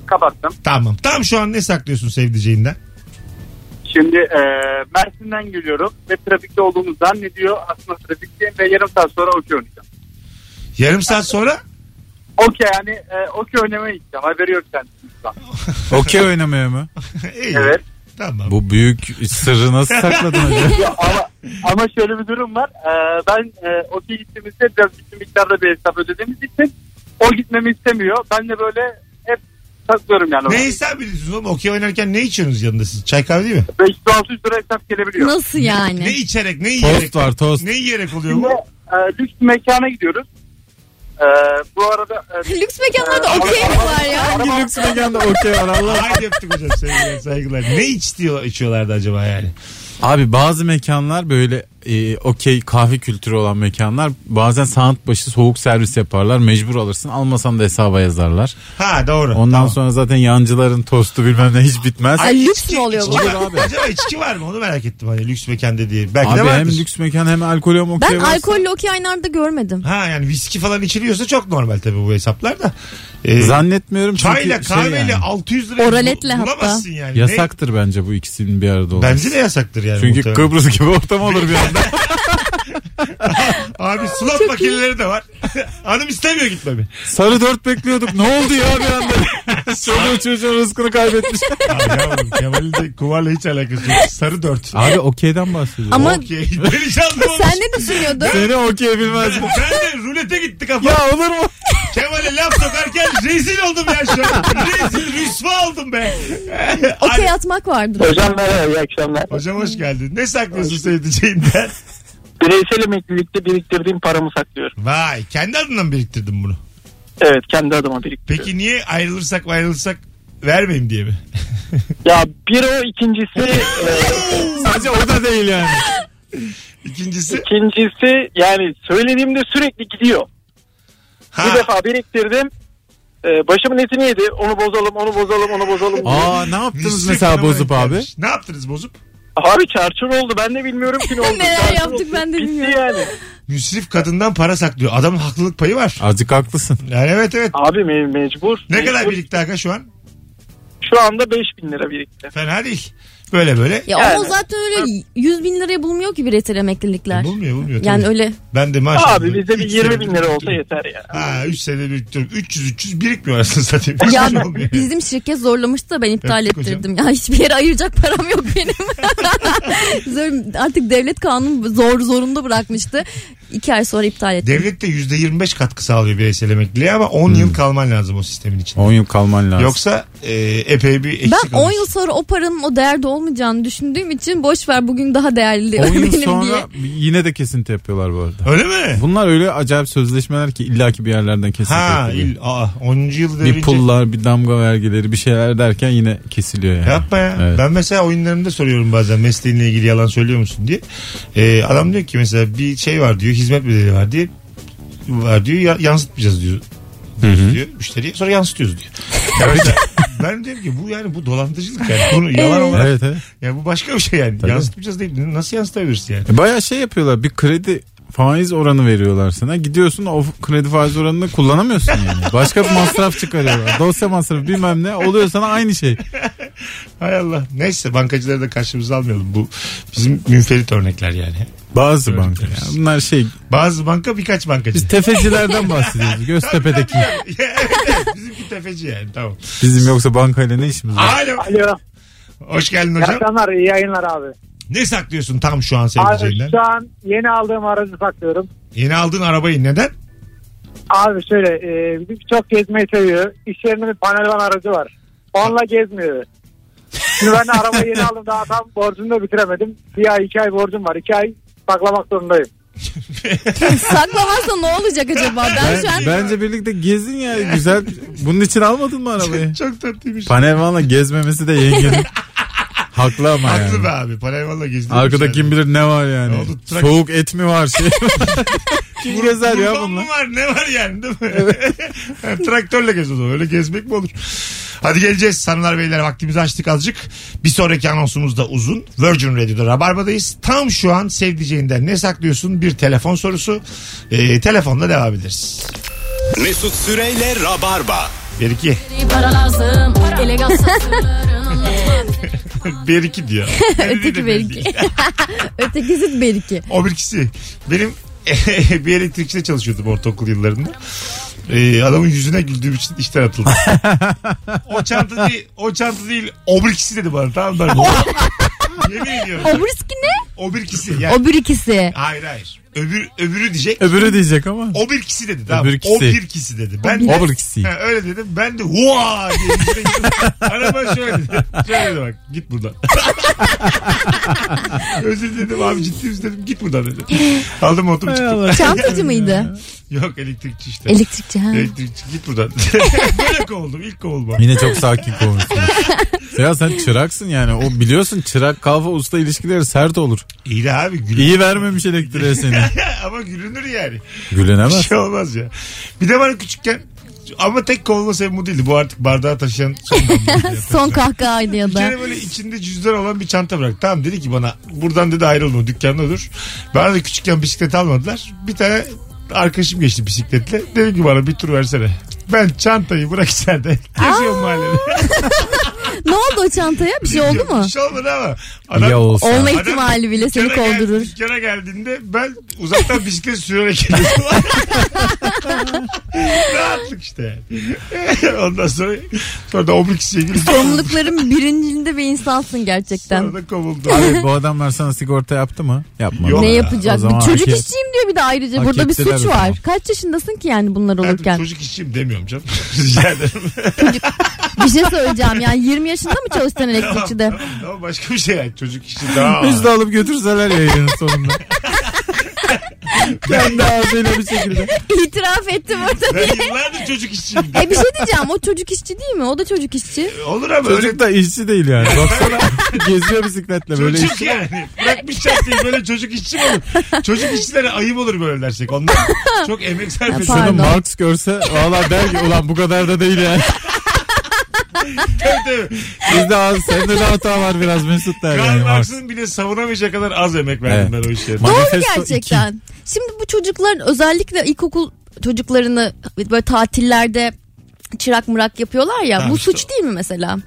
[SPEAKER 5] Kapattım.
[SPEAKER 2] Tamam. Tam şu an ne saklıyorsun sevdiceğinden?
[SPEAKER 5] Şimdi e, Mersin'den geliyorum ve trafikte olduğumu zannediyor. Aslında trafikteyim ve yarım saat sonra okey oynayacağım.
[SPEAKER 2] Yarım saat sonra
[SPEAKER 5] Okey yani e, okey oynamaya gideceğim. Haberi yok kendisinden.
[SPEAKER 14] Okey oynamaya mı?
[SPEAKER 5] Evet.
[SPEAKER 2] Tamam.
[SPEAKER 14] Bu büyük sırrı nasıl sakladın hocam?
[SPEAKER 5] Ya ama, ama şöyle bir durum var. E, ben e, okey gittiğimizde biraz bütün miktarda bir hesap ödediğimiz için o gitmemi istemiyor. Ben de böyle hep taklıyorum yani.
[SPEAKER 2] ne hesap ediyorsunuz oğlum? Okey oynarken ne içiyorsunuz yanında siz? Çay kahve değil mi?
[SPEAKER 5] 500-600 lira hesap gelebiliyor.
[SPEAKER 3] Nasıl yani?
[SPEAKER 2] Ne içerek ne
[SPEAKER 14] Tost
[SPEAKER 2] yiyerek?
[SPEAKER 14] var, tost.
[SPEAKER 2] Ne yiyerek oluyor
[SPEAKER 5] Şimdi
[SPEAKER 2] bu?
[SPEAKER 5] e, lüks bir mekana gidiyoruz. E, bu arada... e,
[SPEAKER 3] Lüks mekanlarda
[SPEAKER 5] e,
[SPEAKER 3] okey mi var ya?
[SPEAKER 14] Hangi lüks mekanda okey var Allah?
[SPEAKER 2] Haydi öptük hocam sevgiler saygılar. Ne içtiyor, içiyorlardı acaba yani?
[SPEAKER 14] Abi bazı mekanlar böyle e, okey kahve kültürü olan mekanlar bazen saat başı soğuk servis yaparlar. Mecbur alırsın. Almasan da hesaba yazarlar.
[SPEAKER 2] Ha doğru.
[SPEAKER 14] Ondan sonra zaten yancıların tostu bilmem ne hiç bitmez.
[SPEAKER 3] Ay lüks mü oluyor bu?
[SPEAKER 2] Olur abi. Acaba içki var mı? Onu merak ettim hani lüks mekanda diye. Belki
[SPEAKER 14] Abi
[SPEAKER 2] de
[SPEAKER 14] hem
[SPEAKER 2] vardır.
[SPEAKER 14] lüks mekan hem alkolü hem okey
[SPEAKER 3] Ben
[SPEAKER 14] varsa-
[SPEAKER 3] alkollü okey aynı anda görmedim.
[SPEAKER 2] Ha yani viski falan içiliyorsa çok normal tabii bu hesaplar da. Ee,
[SPEAKER 14] Zannetmiyorum çünkü
[SPEAKER 2] Çayla
[SPEAKER 14] şey
[SPEAKER 2] kahveyle
[SPEAKER 14] yani.
[SPEAKER 2] 600 lira
[SPEAKER 3] Oraletle hatta.
[SPEAKER 2] bulamazsın yani.
[SPEAKER 14] Yasaktır bence bu ikisinin bir arada
[SPEAKER 2] Ne?
[SPEAKER 14] olması.
[SPEAKER 2] Bence de yasaktır yani.
[SPEAKER 14] Çünkü
[SPEAKER 2] muhtemelen.
[SPEAKER 14] Kıbrıs gibi ortam olur bir anda.
[SPEAKER 2] Abi slot makineleri de var. Hanım istemiyor gitmemi.
[SPEAKER 14] Sarı dört bekliyorduk. Ne oldu ya bir anda? Çocuğun çocuğun rızkını kaybetmiş.
[SPEAKER 2] Abi yavrum Kemal'in de kumarla hiç alakası yok. Sarı dört.
[SPEAKER 14] Abi okeyden bahsediyor.
[SPEAKER 3] Ama
[SPEAKER 2] Okey. Beni çaldım.
[SPEAKER 3] sen ne düşünüyordun?
[SPEAKER 14] Seni okey bilmez.
[SPEAKER 2] Ben de rulete gitti kafam.
[SPEAKER 14] ya olur mu?
[SPEAKER 2] Kemal'e laf sokarken rezil oldum ya şu an. Rezil rüsva oldum be.
[SPEAKER 3] Okey atmak vardır.
[SPEAKER 7] Hocam merhaba iyi akşamlar.
[SPEAKER 2] Hocam hoş geldin. Ne saklıyorsun sevdiceğinden?
[SPEAKER 7] Bireysel emeklilikte biriktirdiğim paramı saklıyorum.
[SPEAKER 2] Vay kendi adına mı biriktirdin bunu?
[SPEAKER 7] Evet kendi adıma biriktiriyorum.
[SPEAKER 2] Peki niye ayrılırsak ayrılırsak vermeyeyim diye mi?
[SPEAKER 7] Ya bir o ikincisi e,
[SPEAKER 14] Sadece o da değil yani.
[SPEAKER 2] İkincisi
[SPEAKER 7] ikincisi yani söylediğimde sürekli gidiyor.
[SPEAKER 2] ha,
[SPEAKER 7] Bir defa biriktirdim. E, başımın etini yedi. Onu bozalım onu bozalım onu bozalım. diye.
[SPEAKER 14] Aa ne yaptınız
[SPEAKER 2] liste
[SPEAKER 14] mesela
[SPEAKER 2] fenomen
[SPEAKER 14] bozup abi?
[SPEAKER 2] gelmiş. Ne yaptınız bozup?
[SPEAKER 7] Abi çarçur oldu ben de bilmiyorum ki ne oldu.
[SPEAKER 3] Neler
[SPEAKER 7] Çarçur
[SPEAKER 3] yaptık
[SPEAKER 7] oldu.
[SPEAKER 3] ben de
[SPEAKER 7] Bitti
[SPEAKER 3] bilmiyorum.
[SPEAKER 7] yani.
[SPEAKER 2] Müsrif kadından para saklıyor. Adamın haklılık payı var.
[SPEAKER 14] Azıcık haklısın.
[SPEAKER 2] Yani evet evet.
[SPEAKER 7] Abi me- mecbur.
[SPEAKER 2] Ne
[SPEAKER 7] mecbur.
[SPEAKER 2] kadar birikti Hakan şu an?
[SPEAKER 7] Şu anda 5000 lira birikti.
[SPEAKER 2] Fena değil. Böyle böyle.
[SPEAKER 3] Ya
[SPEAKER 7] Yani.
[SPEAKER 3] ama o zaten öyle 100 bin liraya bulmuyor ki bireysel emeklilikler.
[SPEAKER 2] E, Bulmuyor bulmuyor.
[SPEAKER 3] Yani
[SPEAKER 2] tabii.
[SPEAKER 3] öyle
[SPEAKER 2] Ben de maşallah.
[SPEAKER 7] Abi bizde bir
[SPEAKER 2] Üç
[SPEAKER 7] 20
[SPEAKER 2] senedir
[SPEAKER 7] bin lira olsa
[SPEAKER 2] biriktiriyorum.
[SPEAKER 7] yeter ya.
[SPEAKER 2] Ha 3 senede biriktiriyorum. 300-300 birikmiyor aslında satayım. Hiç
[SPEAKER 3] Ya
[SPEAKER 2] olmuyor.
[SPEAKER 3] bizim şirket zorlamıştı da ben iptal
[SPEAKER 2] Öptük
[SPEAKER 3] ettirdim. Ya hiçbir yere ayıracak param yok benim. Zor- Artık devlet kanunu zor zorunda bırakmıştı. İki ay sonra iptal ettim.
[SPEAKER 2] Devlet de %25 katkı sağlıyor bireysel emekliliğe ama 10
[SPEAKER 3] Hmm.
[SPEAKER 2] yıl kalman lazım o sistemin içinde.
[SPEAKER 14] 10 yıl kalman lazım.
[SPEAKER 2] Yoksa e, epey bir eksik
[SPEAKER 3] Ben 10
[SPEAKER 2] alırsın.
[SPEAKER 3] yıl sonra o paranın o değerde olmayacağını düşündüğüm için boş ver bugün daha değerli
[SPEAKER 14] 10 yıl
[SPEAKER 3] benim diye.
[SPEAKER 14] sonra yine de kesinti yapıyorlar bu arada.
[SPEAKER 2] Öyle mi?
[SPEAKER 14] Bunlar öyle acayip sözleşmeler ki illaki bir yerlerden kesinti
[SPEAKER 2] Ha,
[SPEAKER 14] yapılıyor.
[SPEAKER 2] il, aa, 10. yıl
[SPEAKER 14] Bir pullar, bir damga vergileri, bir şeyler derken yine kesiliyor yani.
[SPEAKER 2] Yapma ya.
[SPEAKER 14] Evet.
[SPEAKER 2] Ben mesela oyunlarımda soruyorum bazen mesleğinle ilgili yalan söylüyor musun diye. Ee, adam diyor ki mesela bir şey var diyor hizmet bedeli var diye var diyor ya, yansıtmayacağız diyor. diyor müşteriye sonra yansıtıyoruz diyor. Ya mesela ben diyorum ki bu yani bu dolandırıcılık yani bunu yalan
[SPEAKER 14] Evet.
[SPEAKER 2] olarak.
[SPEAKER 14] Evet, evet.
[SPEAKER 2] Yani bu başka bir şey yani.
[SPEAKER 14] Tabii.
[SPEAKER 2] Yansıtmayacağız deyip nasıl yansıtabilirsin yani?
[SPEAKER 14] E, Bayağı şey yapıyorlar bir kredi faiz oranı veriyorlar sana. Gidiyorsun o kredi faiz oranını kullanamıyorsun yani. Başka bir masraf çıkarıyorlar. Dosya masrafı bilmem ne oluyor sana aynı şey.
[SPEAKER 2] Hay Allah. Neyse bankacıları da karşımıza almayalım. Bu bizim münferit örnekler yani.
[SPEAKER 14] Bazı banka. ya. Bunlar şey
[SPEAKER 2] Bazı banka birkaç bankacı.
[SPEAKER 14] biz tefecilerden bahsediyoruz. Göztepe'deki.
[SPEAKER 2] Bizimki tefeci yani tamam.
[SPEAKER 14] Bizim yoksa bankayla ne işimiz var?
[SPEAKER 2] Alo. Hoş geldin
[SPEAKER 16] İyi
[SPEAKER 2] hocam.
[SPEAKER 16] akşamlar, iyi yayınlar abi.
[SPEAKER 2] Ne saklıyorsun tam şu an
[SPEAKER 16] Abi
[SPEAKER 2] sevdiceğinden?
[SPEAKER 16] şu an yeni aldığım aracı saklıyorum.
[SPEAKER 2] Yeni aldığın arabayı neden?
[SPEAKER 16] Abi şöyle, e, bizim çok gezmeyi seviyor. İş yerinde bir panelvan aracı var. Onunla gezmiyor. Şimdi ben de arabayı yeni aldım daha tam borcunu da bitiremedim. Bir ay iki ay borcum var. İki ay saklamak zorundayım.
[SPEAKER 3] Saklamazsa ne olacak acaba? Ben,
[SPEAKER 14] Ben-
[SPEAKER 3] şu an
[SPEAKER 14] bence birlikte gezin ya güzel. Bunun için almadın mı arabayı?
[SPEAKER 2] Çok tatlıymış.
[SPEAKER 14] Panervan'la gezmemesi de yengenin. Haklı ama yani.
[SPEAKER 2] Haklı be abi. Paneval'la gezdim.
[SPEAKER 14] Arkada kim bilir ne var yani.
[SPEAKER 2] oldu? Trak-
[SPEAKER 14] Soğuk et mi var şey? kim gezer ya
[SPEAKER 2] Kurban
[SPEAKER 14] bunlar?
[SPEAKER 2] mı var ne var yani değil mi? Traktörle geziyoruz öyle gezmek mi olur? Hadi geleceğiz hanımlar beyler vaktimizi açtık azıcık. Bir sonraki anonsumuz da uzun. Virgin Radio'da Rabarba'dayız. Tam şu an sevdiceğinden ne saklıyorsun bir telefon sorusu. Ee, telefonla devam ederiz.
[SPEAKER 1] Mesut Süreyle Rabarba.
[SPEAKER 2] 1-2.
[SPEAKER 17] Para lazım. Elegans saçlarım.
[SPEAKER 2] 1-2 diyor.
[SPEAKER 3] Öteki belki. Ötekisi belki.
[SPEAKER 2] O birikisi. Benim bir elektrikçide çalışıyordum ortaokul yıllarında. Ee, adamın yüzüne güldüğüm için işten atıldım. o çanta değil, o çanta değil, o birikisi dedi bana tamam mı? Ben- Yemin ediyorum.
[SPEAKER 3] O birisi ne?
[SPEAKER 2] O birikisi. Yani,
[SPEAKER 3] O birikisi.
[SPEAKER 2] Hayır hayır. Öbür, öbürü diyecek.
[SPEAKER 14] Öbürü diyecek ama.
[SPEAKER 2] O birikisi dedi tamam.
[SPEAKER 14] Öbürkisi.
[SPEAKER 2] O birikisi dedi. Ben de,
[SPEAKER 14] O birikisi.
[SPEAKER 2] Ha, öyle dedim. Ben de vaa diye yüzüne gittim. Araba şöyle dedi. Şöyle dedi bak. Git buradan. Özür dedim abi ciddi misin dedim. Git buradan dedi. Aldım oturup çıktım.
[SPEAKER 3] Çantacı mıydı?
[SPEAKER 2] Yok elektrikçi işte.
[SPEAKER 3] Elektrikçi ha.
[SPEAKER 2] Elektrikçi git buradan. Böyle kovuldum ilk kovulma.
[SPEAKER 14] Yine çok sakin konuşuyorsun. ya sen çıraksın yani. O biliyorsun çırak kahve usta ilişkileri sert olur.
[SPEAKER 2] İyi de abi.
[SPEAKER 14] İyi vermemiş elektriğe seni.
[SPEAKER 2] Ama gülünür yani. Bir
[SPEAKER 14] Gülenemez.
[SPEAKER 2] şey olmaz ya. Bir de bana küçükken ama tek kovulma sebebi bu değildi. Bu artık bardağı taşıyan son
[SPEAKER 3] Son kahkahaydı ya
[SPEAKER 2] Bir
[SPEAKER 3] da.
[SPEAKER 2] kere böyle içinde cüzdan olan bir çanta bırak. Tamam dedi ki bana buradan dedi ayrılma dükkanda dur. Bana da küçükken bisiklet almadılar. Bir tane arkadaşım geçti bisikletle. Dedi ki bana bir tur versene. Ben çantayı bırak içeride. Geziyorum mahallede.
[SPEAKER 3] Ne oldu o çantaya? Bir şey oldu mu?
[SPEAKER 2] Bir şey olmadı ama. adam-
[SPEAKER 14] Ya olsa.
[SPEAKER 3] Olma
[SPEAKER 2] Adam
[SPEAKER 3] ihtimali bile seni
[SPEAKER 2] dükkana gel-
[SPEAKER 3] kovdurur.
[SPEAKER 2] Dükkana geldiğinde ben uzaktan bisiklet sürerek geliyordum. Rahatlık işte. Ondan sonra sonra da obrikçiye girip
[SPEAKER 3] Sorumlulukların birincinde bir insansın gerçekten.
[SPEAKER 2] sonra da kovuldu.
[SPEAKER 14] Abi bu adamlar sana sigorta yaptı mı? Yapmadı.
[SPEAKER 2] Yok.
[SPEAKER 3] Ne
[SPEAKER 14] Ya.
[SPEAKER 3] yapacak?
[SPEAKER 14] O zaman
[SPEAKER 3] Bir çocuk
[SPEAKER 14] hak-
[SPEAKER 3] işçiyim diyor bir de ayrıca.
[SPEAKER 14] hak
[SPEAKER 3] Burada bir
[SPEAKER 14] ettiler
[SPEAKER 3] suç
[SPEAKER 14] o
[SPEAKER 3] var.
[SPEAKER 14] zaman.
[SPEAKER 3] Kaç yaşındasın ki yani bunlar
[SPEAKER 2] Ben
[SPEAKER 3] olurken?
[SPEAKER 2] çocuk işçiyim demiyorum canım. Rica ederim.
[SPEAKER 3] Bir şey söyleyeceğim yani 20 yaşında mı çalıştın elektrikçide?
[SPEAKER 2] Tamam, tamam, başka bir şey yani. Çocuk işi daha ağır.
[SPEAKER 14] Biz de alıp götürseler yayının sonunda. Kendi ağzıyla bir şekilde.
[SPEAKER 3] İtiraf ettim orada
[SPEAKER 2] Ben
[SPEAKER 3] diye.
[SPEAKER 2] yıllardır çocuk işçiyim.
[SPEAKER 3] E bir şey diyeceğim o çocuk işçi değil mi? O da çocuk işçi.
[SPEAKER 2] Olur ama öyle.
[SPEAKER 14] Çocuk da işçi değil yani. Baksana geziyor bisikletle böyle
[SPEAKER 2] Çocuk
[SPEAKER 14] işçi.
[SPEAKER 2] yani. Bırakmış çantayı böyle çocuk işçi mi olur? Çocuk işçilere ayıp olur böyle dersek. Onlar çok emek sarf
[SPEAKER 3] Ya
[SPEAKER 14] Şunu
[SPEAKER 3] pardon.
[SPEAKER 2] ediyor.
[SPEAKER 14] Marx görse valla der ki ulan bu kadar da değil yani.
[SPEAKER 2] Tabii, tabii.
[SPEAKER 14] Bizde az sende de hata var biraz Mesut der
[SPEAKER 2] Karl
[SPEAKER 14] yani. Marx.
[SPEAKER 2] Marx'ın bile savunamayacağı kadar az emek verdim
[SPEAKER 14] Evet.
[SPEAKER 2] ben o işlere.
[SPEAKER 3] Doğru
[SPEAKER 14] Manifesto
[SPEAKER 3] gerçekten. Şimdi bu çocukların özellikle ilkokul çocuklarını böyle tatillerde çırak mırak yapıyorlar ya.
[SPEAKER 14] Ha,
[SPEAKER 3] bu
[SPEAKER 14] işte
[SPEAKER 3] suç değil mi mesela?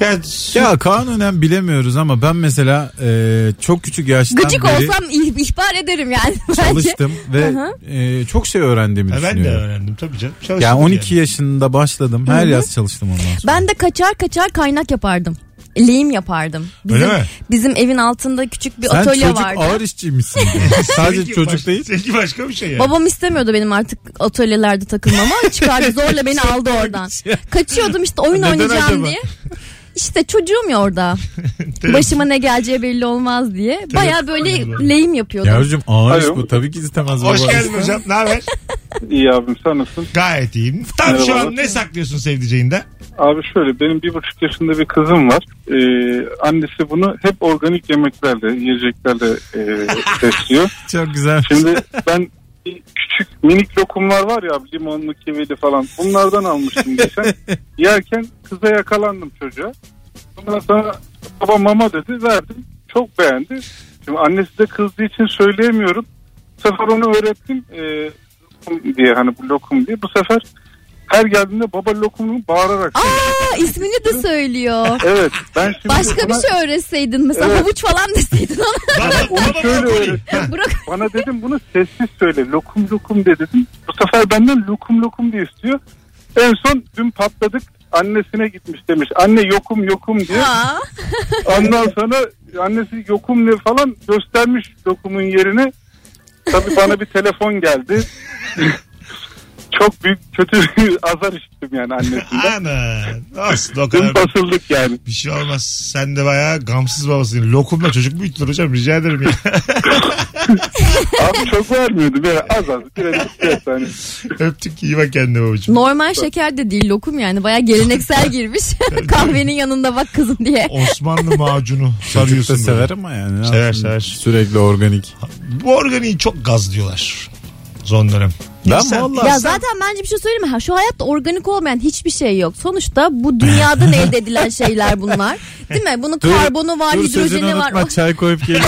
[SPEAKER 2] Ya,
[SPEAKER 14] Ya kanunen bilemiyoruz ama ben mesela e, çok küçük yaştan
[SPEAKER 3] Gıcık
[SPEAKER 14] beri
[SPEAKER 3] olsam ih- ihbar ederim yani. bence.
[SPEAKER 14] çalıştım ve
[SPEAKER 3] Aha.
[SPEAKER 14] e, çok şey öğrendiğimi
[SPEAKER 2] Ha, ben de
[SPEAKER 14] düşünüyorum.
[SPEAKER 2] öğrendim tabii canım.
[SPEAKER 14] Ya
[SPEAKER 2] Çalıştım
[SPEAKER 14] yani 12 yaşında başladım. Her
[SPEAKER 3] Hı hı.
[SPEAKER 14] yaz çalıştım ondan sonra.
[SPEAKER 3] Ben de kaçar kaçar kaynak yapardım. lehim yapardım. Bizim,
[SPEAKER 2] Öyle mi?
[SPEAKER 3] Bizim evin altında küçük bir
[SPEAKER 14] Sen
[SPEAKER 3] atölye
[SPEAKER 14] çocuk
[SPEAKER 3] vardı.
[SPEAKER 14] ağır işçiymişsin. Sadece
[SPEAKER 2] Seninki
[SPEAKER 14] çocuk
[SPEAKER 2] baş-
[SPEAKER 14] değil.
[SPEAKER 2] Seninki başka bir şey yani.
[SPEAKER 3] Babam istemiyordu benim artık atölyelerde takılmamı. Çıkardı zorla beni aldı oradan. Kaçıyordum işte oyun
[SPEAKER 2] şey. Neden
[SPEAKER 3] oynayacağım
[SPEAKER 2] acaba?
[SPEAKER 3] diye. İşte çocuğum ya orada. Başıma ne geleceği belli olmaz diye. Baya böyle lehim yapıyordum.
[SPEAKER 14] Yavrucuğum ağır iş
[SPEAKER 11] Alo.
[SPEAKER 14] bu. Tabii ki istemez baba.
[SPEAKER 2] Hoş geldin hocam. Ne haber?
[SPEAKER 11] İyi abim sen nasılsın?
[SPEAKER 2] Gayet iyiyim. Tam şu
[SPEAKER 11] Merhabalar.
[SPEAKER 2] an ne saklıyorsun sevdiceğinden?
[SPEAKER 11] Abi şöyle benim bir buçuk yaşında bir kızım var. Ee, annesi bunu hep organik yemeklerle, yiyeceklerle e, besliyor.
[SPEAKER 14] Çok güzel.
[SPEAKER 11] Şimdi ben küçük minik lokumlar var ya limonlu, kivili falan bunlardan almıştım geçen. Yerken kıza yakalandım çocuğa. Ondan sonra baba mama dedi verdim. Çok beğendi. Şimdi annesi de kızdığı için söyleyemiyorum. Bu sefer onu öğrettim e, lokum diye hani bu lokum diye. Bu sefer her geldiğinde baba lokumunu bağırarak.
[SPEAKER 3] Aa, ismini de söylüyor.
[SPEAKER 11] Evet ben şimdi
[SPEAKER 3] Başka bir
[SPEAKER 11] ona-
[SPEAKER 3] şey öğretseydin mesela
[SPEAKER 11] Evet.
[SPEAKER 3] havuç falan deseydin ona.
[SPEAKER 11] Onu şöyle öğrettim. Bana dedim bunu sessiz söyle. Lokum lokum de dedim. Bu sefer benden lokum lokum diye istiyor. En son dün patladık. Annesine gitmiş demiş. Anne yokum yokum diye.
[SPEAKER 3] Aa.
[SPEAKER 11] Ondan sonra annesi yokum ne falan göstermiş lokumun yerini. Tabii bana bir telefon geldi. Çok büyük kötü bir azar işittim yani annesinden.
[SPEAKER 2] Ana. Aslında o kadar
[SPEAKER 11] Dün basıldık yani.
[SPEAKER 2] bir şey olmaz. Sen de bayağı gamsız babasın. Lokumla çocuk mu yutulur hocam? Rica ederim ya.
[SPEAKER 11] Abi çok vermiyordu. Böyle az az. Birazcık stres hani.
[SPEAKER 2] Öptük. iyi bak kendine babacığım.
[SPEAKER 3] Normal şeker de değil lokum yani baya geleneksel girmiş. Kahvenin yanında bak kızım diye.
[SPEAKER 2] Osmanlı macunu
[SPEAKER 14] Çocuk da
[SPEAKER 2] sarıyorsun. böyle.
[SPEAKER 14] sever ama yani. ne
[SPEAKER 2] Sever,
[SPEAKER 14] yapsın?
[SPEAKER 2] sever.
[SPEAKER 14] Sürekli organik.
[SPEAKER 2] Bu organiği çok gaz diyorlar. Son dönem.
[SPEAKER 14] Ben
[SPEAKER 2] Sen-
[SPEAKER 14] vallahi-
[SPEAKER 3] Ya zaten bence bir şey söyleyeyim mi? Ha, Şu hayatta organik olmayan hiçbir şey yok. Sonuçta bu dünyadan elde edilen şeyler bunlar. Değil mi? Bunun
[SPEAKER 14] Dur,
[SPEAKER 3] karbonu var,
[SPEAKER 14] dur, sözünü
[SPEAKER 3] hidrojeni var.
[SPEAKER 14] unutma, çay koyup geliyor.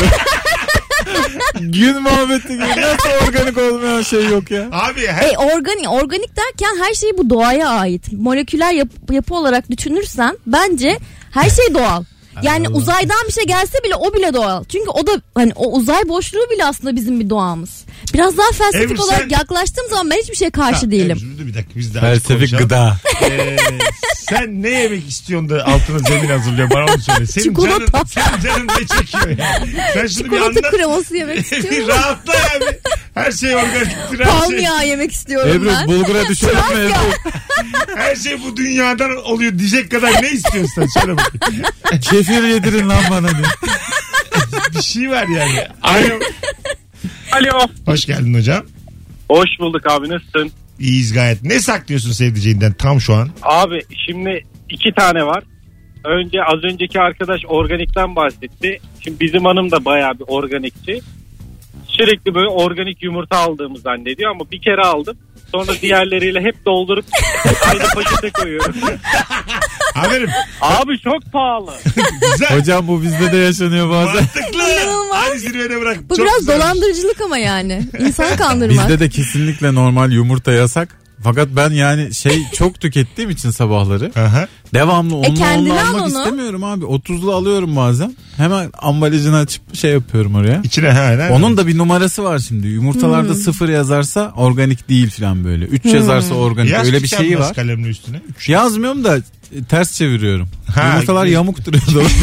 [SPEAKER 14] Gün muhabbeti gibi nasıl organik olmayan şey yok ya.
[SPEAKER 2] Abi her...
[SPEAKER 3] E, organik, organik derken her şey bu doğaya ait. Moleküler yap- yapı olarak düşünürsen bence her şey doğal. Yani
[SPEAKER 14] Allah.
[SPEAKER 3] uzaydan bir şey gelse bile o bile doğal. Çünkü o da hani o uzay boşluğu bile aslında bizim bir doğamız. Biraz daha felsefik
[SPEAKER 2] Ebru,
[SPEAKER 3] olarak
[SPEAKER 2] sen-
[SPEAKER 3] yaklaştığım zaman ben hiçbir şeye karşı
[SPEAKER 2] Ha,
[SPEAKER 3] değilim.
[SPEAKER 2] Ebru'cum, dur bir dakika biz de azıcık
[SPEAKER 14] Felsefik
[SPEAKER 2] konuşalım.
[SPEAKER 14] gıda.
[SPEAKER 2] Ee, sen ne yemek istiyorsun da altına zemin hazırlıyor bana onu söyle. Senin
[SPEAKER 3] Çikolata.
[SPEAKER 2] canın, senin canın ne çekiyor ya? Sen şunu bir
[SPEAKER 3] Çikolata
[SPEAKER 2] anlat.
[SPEAKER 3] kreması yemek
[SPEAKER 2] bir
[SPEAKER 3] istiyorum.
[SPEAKER 2] rahatla yani. Her şey organiktir. Her
[SPEAKER 3] Palm
[SPEAKER 2] şey,
[SPEAKER 3] yağı yemek istiyorum
[SPEAKER 14] Ebru
[SPEAKER 3] ben.
[SPEAKER 14] bulgura düşürme Ebru.
[SPEAKER 2] her şey bu dünyadan oluyor diyecek kadar ne istiyorsun sen? Söyle bakayım.
[SPEAKER 14] Kefir yedirin lan bana diye.
[SPEAKER 2] Bir şey var yani. Alo.
[SPEAKER 7] Alo.
[SPEAKER 2] Hoş geldin hocam.
[SPEAKER 7] Hoş bulduk abi nasılsın?
[SPEAKER 2] İyiyiz gayet. Ne saklıyorsun sevdiceğinden tam şu an?
[SPEAKER 7] Abi şimdi iki tane var. Önce az önceki arkadaş organikten bahsetti. Şimdi bizim hanım da bayağı bir organikçi. Sürekli böyle organik yumurta aldığımı zannediyor ama bir kere aldım. Sonra diğerleriyle hep doldurup aynı pakete koyuyorum.
[SPEAKER 2] Haberim.
[SPEAKER 7] Abi çok pahalı.
[SPEAKER 2] Güzel.
[SPEAKER 14] Hocam bu bizde de yaşanıyor bazen.
[SPEAKER 2] Mantıklı.
[SPEAKER 3] İnanılmaz.
[SPEAKER 2] Hadi zirvede bırak.
[SPEAKER 3] Bu
[SPEAKER 2] Çok
[SPEAKER 3] biraz
[SPEAKER 2] güzelmiş.
[SPEAKER 3] dolandırıcılık ama yani. İnsanı kandırmak.
[SPEAKER 14] Bizde de kesinlikle normal yumurta yasak. Fakat ben yani şey çok tükettiğim için sabahları
[SPEAKER 2] Aha.
[SPEAKER 14] devamlı onunla,
[SPEAKER 3] E, kendine
[SPEAKER 14] onunla
[SPEAKER 3] al
[SPEAKER 14] almak
[SPEAKER 3] onu.
[SPEAKER 14] istemiyorum abi. 30'lu alıyorum bazen. Hemen ambalajını açıp şey yapıyorum oraya.
[SPEAKER 2] İçine ha. ne?
[SPEAKER 14] Onun da bir numarası var şimdi. Yumurtalarda
[SPEAKER 3] Hmm.
[SPEAKER 14] sıfır yazarsa organik değil falan böyle. 3 yazarsa organik.
[SPEAKER 2] Yaz
[SPEAKER 14] Öyle bir şeyi
[SPEAKER 2] tükenmez
[SPEAKER 14] var.
[SPEAKER 2] kalemle üstüne.
[SPEAKER 14] şey. Yazmıyorum da e, ters çeviriyorum.
[SPEAKER 2] Ha,
[SPEAKER 14] Yumurtalar
[SPEAKER 2] güzel.
[SPEAKER 14] yamuk duruyordu.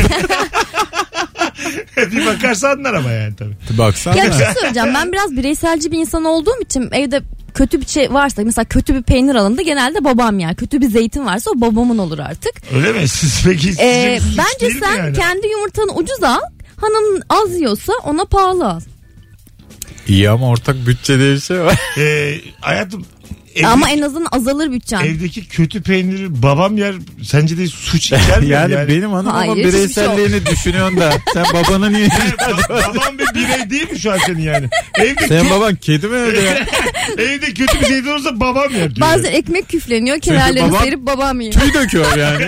[SPEAKER 2] bir bakarsa anlar ama yani tabii.
[SPEAKER 14] Baksana.
[SPEAKER 3] Ya bir şey söyleyeceğim. Ben biraz bireyselci bir insan olduğum için evde kötü bir şey varsa mesela kötü bir peynir alındı genelde babam yer. Kötü bir zeytin varsa o babamın olur artık.
[SPEAKER 2] Öyle mi? Siz peki sizce
[SPEAKER 3] Ee,
[SPEAKER 2] bir suç değil
[SPEAKER 3] bence
[SPEAKER 2] mi
[SPEAKER 3] sen
[SPEAKER 2] yani?
[SPEAKER 3] kendi yumurtanı ucuz al. Hanım az yiyorsa ona pahalı al.
[SPEAKER 14] İyi ama ortak bütçe diye bir şey var.
[SPEAKER 2] Ee, hayatım evde-
[SPEAKER 3] Ama en azından azalır bütçen.
[SPEAKER 2] evdeki kötü peyniri babam yer sence de suç işler mi?
[SPEAKER 14] Yani, benim hanım
[SPEAKER 3] Hayır,
[SPEAKER 14] ama
[SPEAKER 3] hiçbir şey
[SPEAKER 14] bireyselliğini düşünüyorsun da sen babanı niye
[SPEAKER 2] Ba- babam bir birey değil mi şu an senin yani? Evde,
[SPEAKER 14] Senin baban kedi mi öldü ya?
[SPEAKER 2] evde kötü bir şeyden olsa babam yer diyor.
[SPEAKER 3] Bazen ekmek küfleniyor kenarlarını
[SPEAKER 14] babam-
[SPEAKER 3] serip babam yiyor.
[SPEAKER 14] Tüy döküyor yani.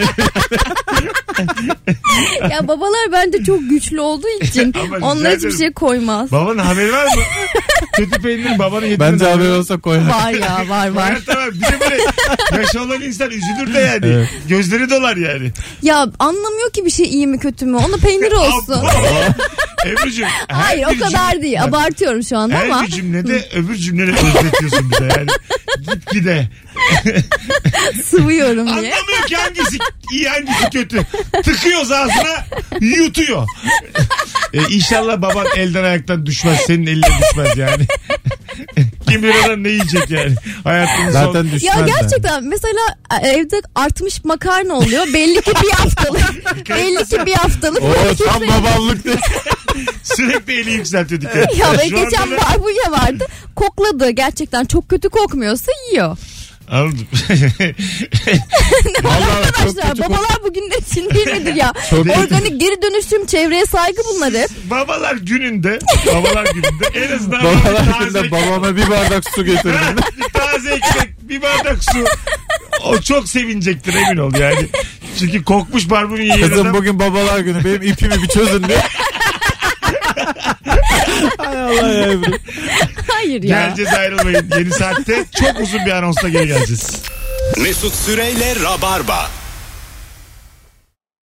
[SPEAKER 3] ya babalar bence çok güçlü olduğu için
[SPEAKER 2] Ama rica
[SPEAKER 3] onlara hiçbir
[SPEAKER 2] ederim.
[SPEAKER 3] şey koymaz.
[SPEAKER 2] Babanın haberi var mı? kötü peynirin babanın yediğinden
[SPEAKER 14] Bence haber olsa koyar.
[SPEAKER 3] var ya var var.
[SPEAKER 2] Ha, tamam. Bir de böyle yaş olan insan üzülür de yani.
[SPEAKER 14] Evet.
[SPEAKER 2] Gözleri dolar yani.
[SPEAKER 3] Ya anlamıyor ki bir şey iyi mi kötü mü. Ona peynir olsun.
[SPEAKER 2] Abba. Ebru'cum. her
[SPEAKER 3] Hayır o
[SPEAKER 2] bir
[SPEAKER 3] kadar
[SPEAKER 2] cüm-
[SPEAKER 3] değil.
[SPEAKER 2] Bak,
[SPEAKER 3] Abartıyorum şu anda
[SPEAKER 2] Her
[SPEAKER 3] ama.
[SPEAKER 2] bir cümlede öbür cümleleri özletiyorsun bize yani. Gitgide.
[SPEAKER 3] Sıvıyorum diye.
[SPEAKER 2] Anlamıyor ki hangisi iyi hangisi kötü. Tıkıyoruz ağzına yutuyor. E, inşallah baban elden ayaktan düşmez. Senin eline düşmez yani. Kim bilir adam ne yiyecek yani. Hayatının son-
[SPEAKER 14] Zaten düşmez.
[SPEAKER 3] Ya gerçekten mesela e, evde artmış makarna oluyor. Belli ki bir haftalık. belli ki bir haftalık.
[SPEAKER 14] Oo tam
[SPEAKER 3] şey-
[SPEAKER 14] babamlık değil.
[SPEAKER 2] Sürekli eli yükseltiyor dikkat.
[SPEAKER 3] ya ve
[SPEAKER 2] Şu anda
[SPEAKER 3] geçen
[SPEAKER 2] da-
[SPEAKER 3] barbunya vardı. Kokladı. Gerçekten çok kötü kokmuyorsa yiyor.
[SPEAKER 2] Anladım.
[SPEAKER 3] Arkadaşlar babalar bugün de için değil midir ya?
[SPEAKER 2] Çok-
[SPEAKER 3] Organik geri dönüşüm çevreye saygı bunları.
[SPEAKER 2] babalar gününde, babalar gününde en azından
[SPEAKER 14] Babalar
[SPEAKER 2] taze,
[SPEAKER 14] günde babama bir bardak su getirdim.
[SPEAKER 2] taze ekmek, bir bardak su. O çok sevinecektir emin ol yani. Çünkü kokmuş barbunya yiyen
[SPEAKER 14] Kızım
[SPEAKER 2] adam-
[SPEAKER 14] bugün babalar günü benim ipimi bir çözün diye. Hay Allah ya Ebru.
[SPEAKER 3] Hayır ya.
[SPEAKER 2] Geleceğiz ayrılmayın. Yeni saatte çok uzun bir anonsla geri geleceğiz.
[SPEAKER 1] Mesut Süreyle Rabarba.